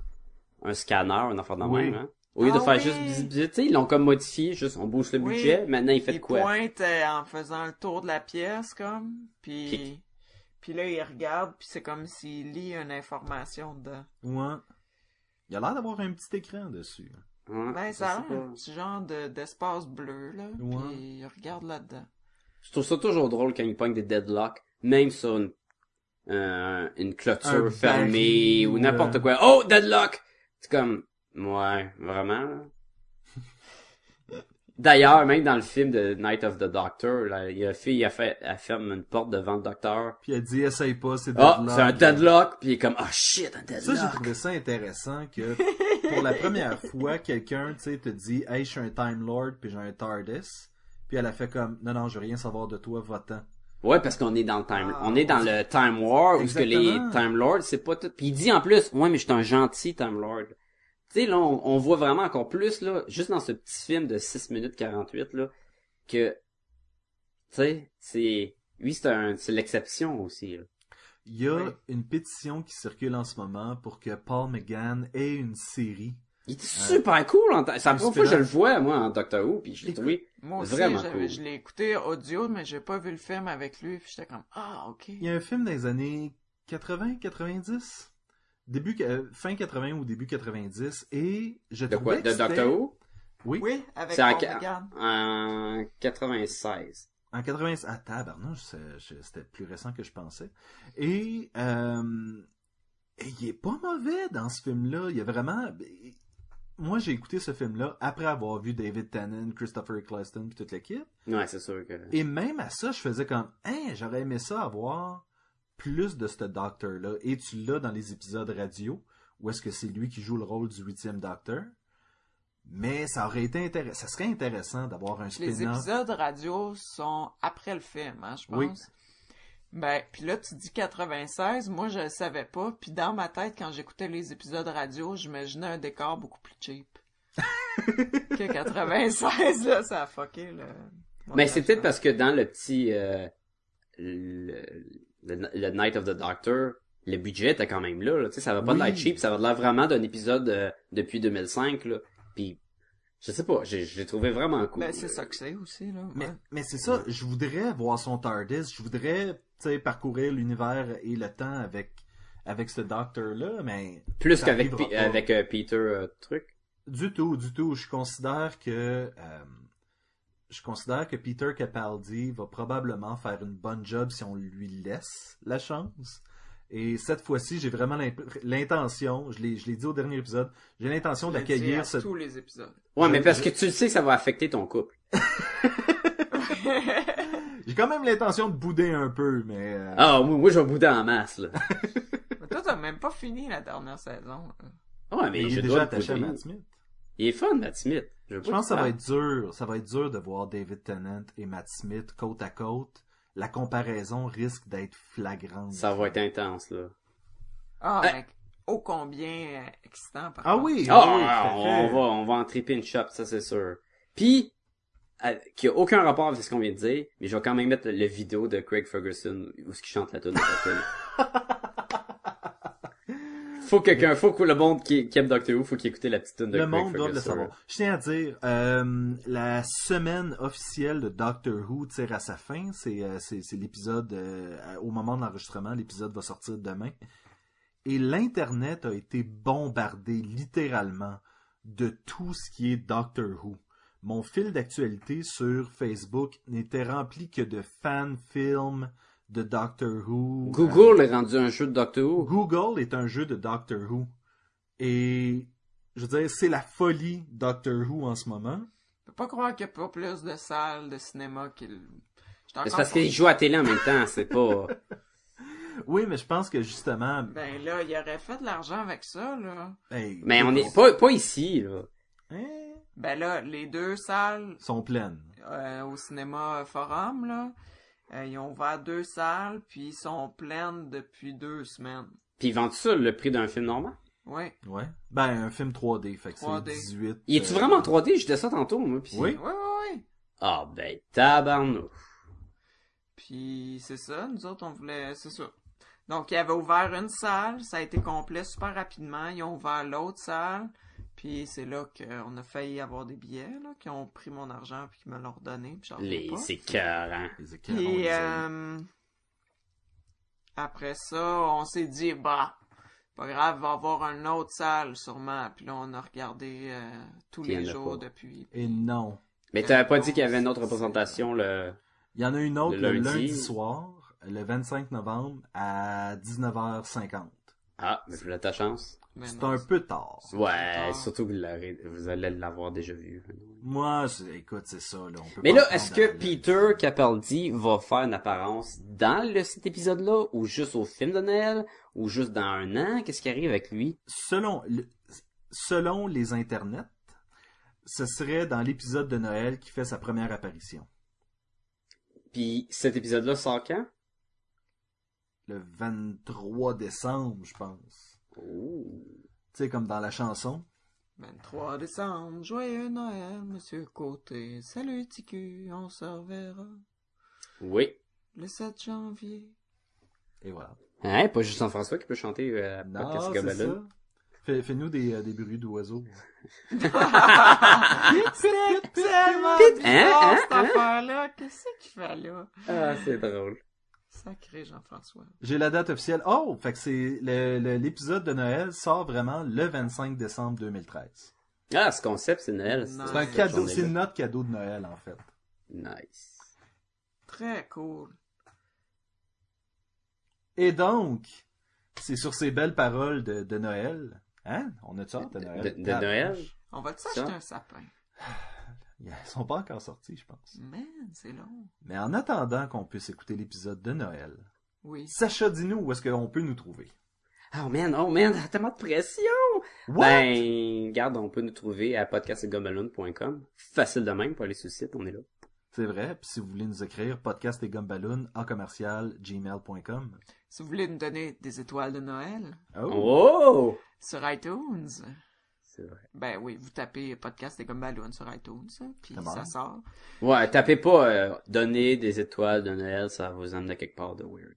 S4: un scanner, un affaire de
S3: Oui.
S4: même, hein. Au lieu de
S5: Ah
S4: faire
S5: oui.
S4: juste bzz, bzz, tu sais, ils l'ont comme modifié, juste on bouge le
S5: Oui.
S4: budget, maintenant il fait
S5: il
S4: de quoi?
S5: pointe euh, en faisant le tour de la pièce, comme. Puis. Puis, là, il regarde, puis c'est comme s'il lit une information dedans.
S3: Ouais. Il a l'air d'avoir un petit écran dessus.
S4: Hein,
S5: Ben,
S4: je
S5: ça
S4: sais
S5: a un
S4: pas.
S5: petit genre de- d'espace bleu, là.
S3: Ouais.
S5: Puis il regarde là-dedans.
S4: Je trouve ça toujours drôle quand ils pognent des deadlocks, même sur une, euh, une clôture
S3: Un
S4: fermée
S3: baril
S4: ou
S3: ou,
S4: n'importe
S3: euh,
S4: quoi. Oh, deadlock! C'est comme, ouais, vraiment? là? D'ailleurs, même dans le film de Night of the Doctor, là, il y a la fille, elle, fait, elle ferme une porte devant le docteur.
S3: Puis elle dit essaye pas, c'est
S4: Ah,
S3: deadlock.
S4: c'est un deadlock! Puis il est comme, ah shit, un
S3: Ça,
S4: deadlock!
S3: j'ai trouvé ça intéressant que pour la première fois, quelqu'un, tu sais, te dit Hey, je suis un Time Lord, puis j'ai un TARDIS. Puis elle a fait comme Non, non, je veux rien savoir de toi, va-t'en.
S4: Ouais, parce qu'on est dans le time,
S5: Ah,
S4: on est dans le time war où ce que les
S3: Exactement.
S4: time lords, c'est pas tout. Puis il dit en plus, ouais, mais je suis un gentil time lord. Tu sais là, on, on voit vraiment encore plus là, juste dans ce petit film de 6 minutes 48 là, que tu sais, c'est lui c'est un c'est l'exception aussi. là.
S3: Il y a
S5: Oui.
S3: une pétition qui circule en ce moment pour que Paul McGann ait une série.
S4: Il était super cool en tant- c'est la
S3: Un
S4: première fois que je le
S3: spin-off.
S4: vois moi en Doctor Who, puis je l'ai trouvé
S5: Moi aussi,
S4: Vraiment
S5: j'avais-
S4: cool.
S5: je l'ai écouté audio, mais j'ai pas vu le film avec lui, puis j'étais comme, ah, ok.
S3: Il y a un film des années 80, 90 Début, euh, fin 80 ou début 90, et je
S4: de quoi
S3: trouvais que
S4: de
S3: c'était-
S4: Doctor Who
S3: Oui.
S5: Oui, avec
S4: C'est en,
S5: Paul McGann.
S4: en 96.
S3: En 80... Ah, tabarnouche, c'est- je- c'était plus récent que je pensais. Et, euh, et il est pas mauvais dans ce film-là. Il y a vraiment... ben, Moi, j'ai écouté ce film-là après avoir vu David Tannen, Christopher Eccleston, puis toute l'équipe.
S4: Ouais, c'est sûr que.
S3: Et même à ça, je faisais comme, hein, j'aurais aimé ça avoir plus de ce docteur-là. Et tu l'as dans les épisodes radio, où est-ce que c'est lui qui joue le rôle du huitième docteur. Mais ça aurait été intéressant, ça serait intéressant d'avoir un
S5: Les
S3: spin-off.
S5: épisodes radio sont après le film, hein, je pense.
S3: Oui.
S5: Ben, puis là, tu dis 96, moi, je le savais pas. Puis dans ma tête, quand j'écoutais les épisodes radio, j'imaginais un décor beaucoup plus cheap. que 96, là, ça a fucké, hein. là.
S4: Mais Ben, c'est peut-être parce que dans le petit euh, le, le- le Night of the Doctor, le budget était quand même là. là. Tu sais, ça va pas de l'air
S3: Oui.
S4: cheap, ça va de l'air vraiment d'un épisode euh, depuis 2005 là. Puis je sais pas, j'ai- je l'ai trouvé vraiment cool.
S5: Ben, c'est ça que c'est aussi, là.
S3: Mais,
S5: ouais.
S3: mais c'est ça, je voudrais voir son TARDIS, je voudrais, tu sais, parcourir l'univers et le temps avec, avec ce docteur-là, mais
S4: euh, Plus
S3: ça
S4: qu'avec
S3: arrivera
S4: Pi-
S3: pas.
S4: avec euh, Peter euh, truc.
S3: Du tout, du tout. Je considère que euh, je considère que Peter Capaldi va probablement faire une bonne job si on lui laisse la chance. Et cette fois-ci, j'ai vraiment l'imp- l'intention, je l'ai, je l'ai dit au dernier épisode, j'ai l'intention
S5: Je l'ai dit à
S3: d'accueillir ce...
S5: tous les épisodes.
S4: Ouais,
S3: Je-
S4: mais parce
S3: je-
S4: que tu le sais que ça va affecter ton couple.
S3: J'ai quand même l'intention de bouder un peu, mais... euh,
S4: Ah, moi, moi je vais bouder en masse là.
S5: Mais toi, t'as même pas fini la dernière saison. là.
S4: Ouais, mais
S3: il est
S4: je
S3: déjà
S4: dois
S3: attaché à
S4: bouder.
S3: Matt Smith.
S4: Il est fun, Matt Smith.
S3: Je pense que ça
S5: ah.
S3: va être dur. Ça va être dur de voir David Tennant et Matt Smith côte à côte. La comparaison risque d'être flagrante.
S4: ça va être intense là.
S5: Ah,
S4: Hey.
S5: mais ô combien euh, excitant, par
S3: Ah
S5: contre.
S3: oui!
S4: Ah,
S3: oui,
S4: ah,
S3: tout à fait.
S4: on va, on va en triper une shop, ça c'est sûr. Puis, euh, qui a aucun rapport avec ce qu'on vient de dire, mais je vais quand même mettre le, le vidéo de Craig Ferguson où ce qu'il chante la tune. faut que quelqu'un, faut que le monde qui, qui aime Doctor Who, faut qu'il écoute la petite tune de
S3: Le
S4: Craig
S3: monde doit le
S4: Ferguson. hein.
S3: savoir. Je tiens à dire, euh, la semaine officielle de Doctor Who tire à sa fin. C'est euh, c'est- c'est l'épisode, euh, au moment de l'enregistrement, l'épisode va sortir demain. Et l'Internet a été bombardé littéralement de tout ce qui est Doctor Who. Mon fil d'actualité sur Facebook n'était rempli que de fan films de Doctor Who. Euh,
S4: Google est rendu un jeu de Doctor Who.
S3: Google est un jeu de Doctor Who. Et je veux dire, c'est la folie Doctor Who en ce moment.
S5: Je peux pas croire qu'il y a pas plus de salles de cinéma qu'il... J'étais
S3: Ah,
S4: C'est
S5: encore
S4: parce qu'il joue à télé en même temps, c'est pas.
S3: Oui, mais je pense que justement, ben,
S5: Ben là, il aurait fait de l'argent avec ça, là.
S3: hey,
S4: Mais on
S3: Google,
S4: est pas, pas ici, là.
S3: hein,
S5: Ben là, les deux salles
S3: sont pleines.
S5: euh, au cinéma Forum, là, euh, ils ont ouvert deux salles, puis ils sont pleines depuis deux semaines.
S4: Puis ils vendent ça le prix d'un film normal.
S5: Oui.
S3: Ouais. Ben un film 3D, fait que c'est
S5: 3D.
S3: 18.
S4: Il est-tu
S3: euh,
S4: vraiment 3D? Je disais ça tantôt, moi. Puis...
S3: Oui.
S5: Oui, oui, oui.
S4: Ah, ben, tabarnou.
S5: Puis c'est ça, nous autres, on voulait... C'est ça. Donc, ils avaient ouvert une salle, ça a été complet super rapidement. Ils ont ouvert l'autre salle, puis c'est là qu'on a failli avoir des billets, là, qui ont pris mon argent, puis qui me l'ont redonné, puis j'en reviens
S4: Les,
S5: pas.
S4: c'est hein. écœurant.
S3: Les écrans, on
S5: Puis
S3: les a eu.
S5: euh, après ça, on s'est dit bah pas grave, va avoir une autre salle sûrement. Puis là, on a regardé euh, tous
S4: Puis il y
S5: les
S4: en a
S5: jours
S4: pas.
S5: depuis.
S3: Et non.
S4: Mais t'avais pas dit qu'il y avait une autre représentation, le...
S3: Il y en a une autre
S4: Le
S3: le
S4: lundi.
S3: lundi, soir, le 25 novembre à 19h50.
S4: Ah, mais là, ta chance.
S5: Mais
S3: C'est
S5: Ben non,
S3: un peu tard.
S4: Ouais,
S5: tard.
S4: surtout que vous, l'aurez- vous allez l'avoir déjà vu. Ah,
S3: Moi, c'est- écoute, c'est ça là. On peut
S4: Mais
S3: pas
S4: là, est-ce
S3: attendre
S4: que
S3: à-
S4: Peter Capaldi va faire une apparence dans le, cet épisode-là, ou juste au film de Noël, ou juste dans un an? Qu'est-ce qui arrive avec lui?
S3: selon, le- selon les internets, ce serait dans l'épisode de Noël qui fait sa première apparition,
S4: Puis cet épisode-là sort quand?
S3: le 23 décembre, je pense. Tu sais, comme dans la chanson.
S5: 23 décembre, joyeux Noël, Monsieur Côté, salut Ticu, on se reverra
S4: Oui.
S5: le 7 janvier.
S3: Et voilà.
S4: Hein, pas juste en François qui peut chanter euh, la
S3: Non,
S4: podcast
S3: c'est
S4: Gobelin.
S3: ça. Fais- Fais-nous des, euh, des bruits d'oiseaux.
S5: C'est tellement
S4: hein,
S5: bizarre cette affaire-là. Qu'est-ce qu'il fait là?
S4: Ah, c'est drôle.
S5: Sacré Jean-François.
S3: J'ai la date officielle. Oh! Fait que c'est le- le- l'épisode de Noël sort vraiment le 25 décembre 2013.
S4: Ah, ce concept, c'est Noël.
S5: Non.
S3: C'est un
S5: Cette
S3: cadeau,
S4: journée-là.
S3: c'est notre cadeau de Noël, en fait.
S4: Nice.
S5: Très cool.
S3: Et donc, c'est sur ces belles paroles de, de Noël. Hein? On a-tu hâte de Noël?
S4: De, de Noël?
S5: On va-tu
S4: Ça?
S5: s'acheter un sapin?
S3: Ils sont pas encore sortis, je pense.
S5: Man, c'est long.
S3: Mais en attendant qu'on puisse écouter l'épisode de Noël,
S5: Oui.
S3: Sacha, dis-nous où est-ce qu'on peut nous trouver.
S4: Oh man, oh man, tellement de pression!
S3: What?
S4: Ben, regarde, on peut nous trouver à podcastgumballoon.com. Facile de même pour aller sur le site, on est là.
S3: C'est vrai. Puis si vous voulez nous écrire, podcast et gumballoon en commercial gmail.com.
S5: Si vous voulez nous donner des étoiles de Noël
S4: Oh!
S5: sur iTunes,
S4: C'est vrai.
S5: ben oui, vous tapez podcast et comme ballon sur iTunes, hein, puis
S3: Comment?
S5: ça sort.
S4: Ouais, tapez pas euh, donner des étoiles de Noël, ça va vous emmener quelque part de weird.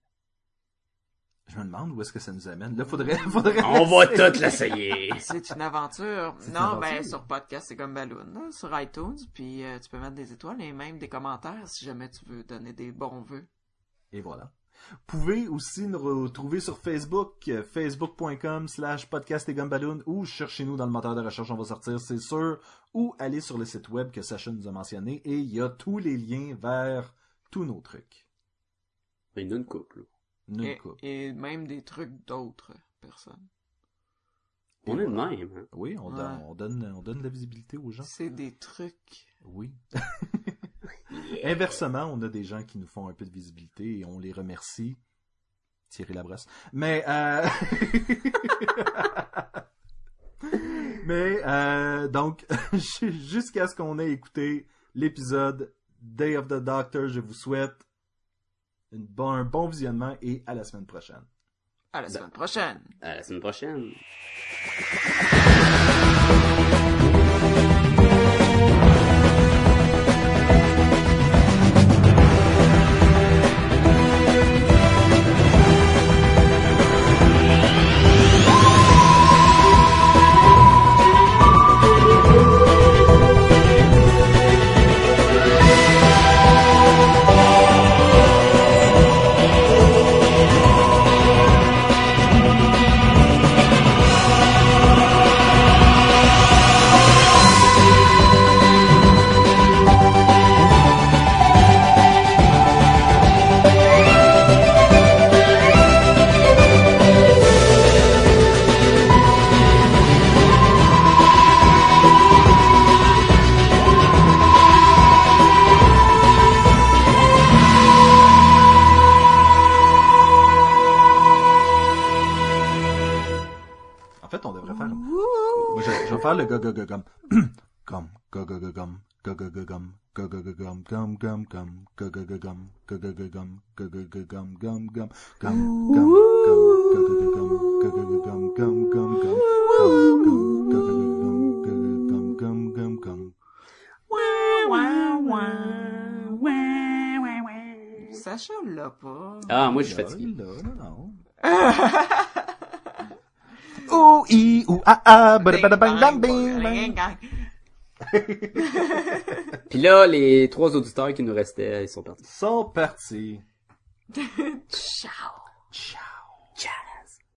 S3: Je me demande où est-ce que ça nous amène. Là, faudrait, faudrait.
S4: On va tout l'essayer!
S5: C'est une aventure.
S3: C'est une
S5: non,
S3: aventure.
S5: ben sur podcast c'est comme ballon, là, sur iTunes, puis euh, tu peux mettre des étoiles et même des commentaires si jamais tu veux donner des bons vœux.
S3: Et voilà. Vous pouvez aussi nous retrouver sur Facebook, euh, facebook.com slash podcast et gumballoon, ou cherchez-nous dans le moteur de recherche, on va sortir, c'est sûr, ou allez sur le site web que Sacha nous a mentionné, et il y a tous les liens vers tous nos trucs.
S4: Mais nous, une couple. là.
S3: Nous,
S5: Et,
S3: coupe.
S5: et même des trucs d'autres personnes.
S4: On est le même, hein.
S3: Oui, on, donne,
S5: Ouais.
S3: on, donne, on donne de la visibilité aux gens.
S5: C'est des trucs.
S3: Oui. Inversement, on a des gens qui nous font un peu de visibilité et on les remercie. Thierry Labrosse. Mais, euh... Mais, euh, donc, ju- jusqu'à ce qu'on ait écouté l'épisode Day of the Doctor, je vous souhaite une bon- un bon visionnement et à la semaine prochaine.
S5: À la semaine prochaine.
S4: À Euh, la semaine prochaine.
S3: En fait, on devrait faire... Moi, je, je vais faire le go go go gum. Gum, go go go gum, go go go gum, go go go gum, gum gum gum, go go go gum, go go go gum, go go go gum, gum gum, gum gum gum, go go go gum, go go go gum, gum gum gum, gum gum, go go go gum, go go gum, gum gum gum.
S5: Sacha l'a pas.
S4: Ah, moi, je suis fatigué.
S3: Là, là, non. Ou i ou a a, bada bang bang bing bang.
S4: Puis là, les trois auditeurs qui nous restaient, ils sont partis.
S3: Sont partis.
S5: Ciao.
S3: Ciao.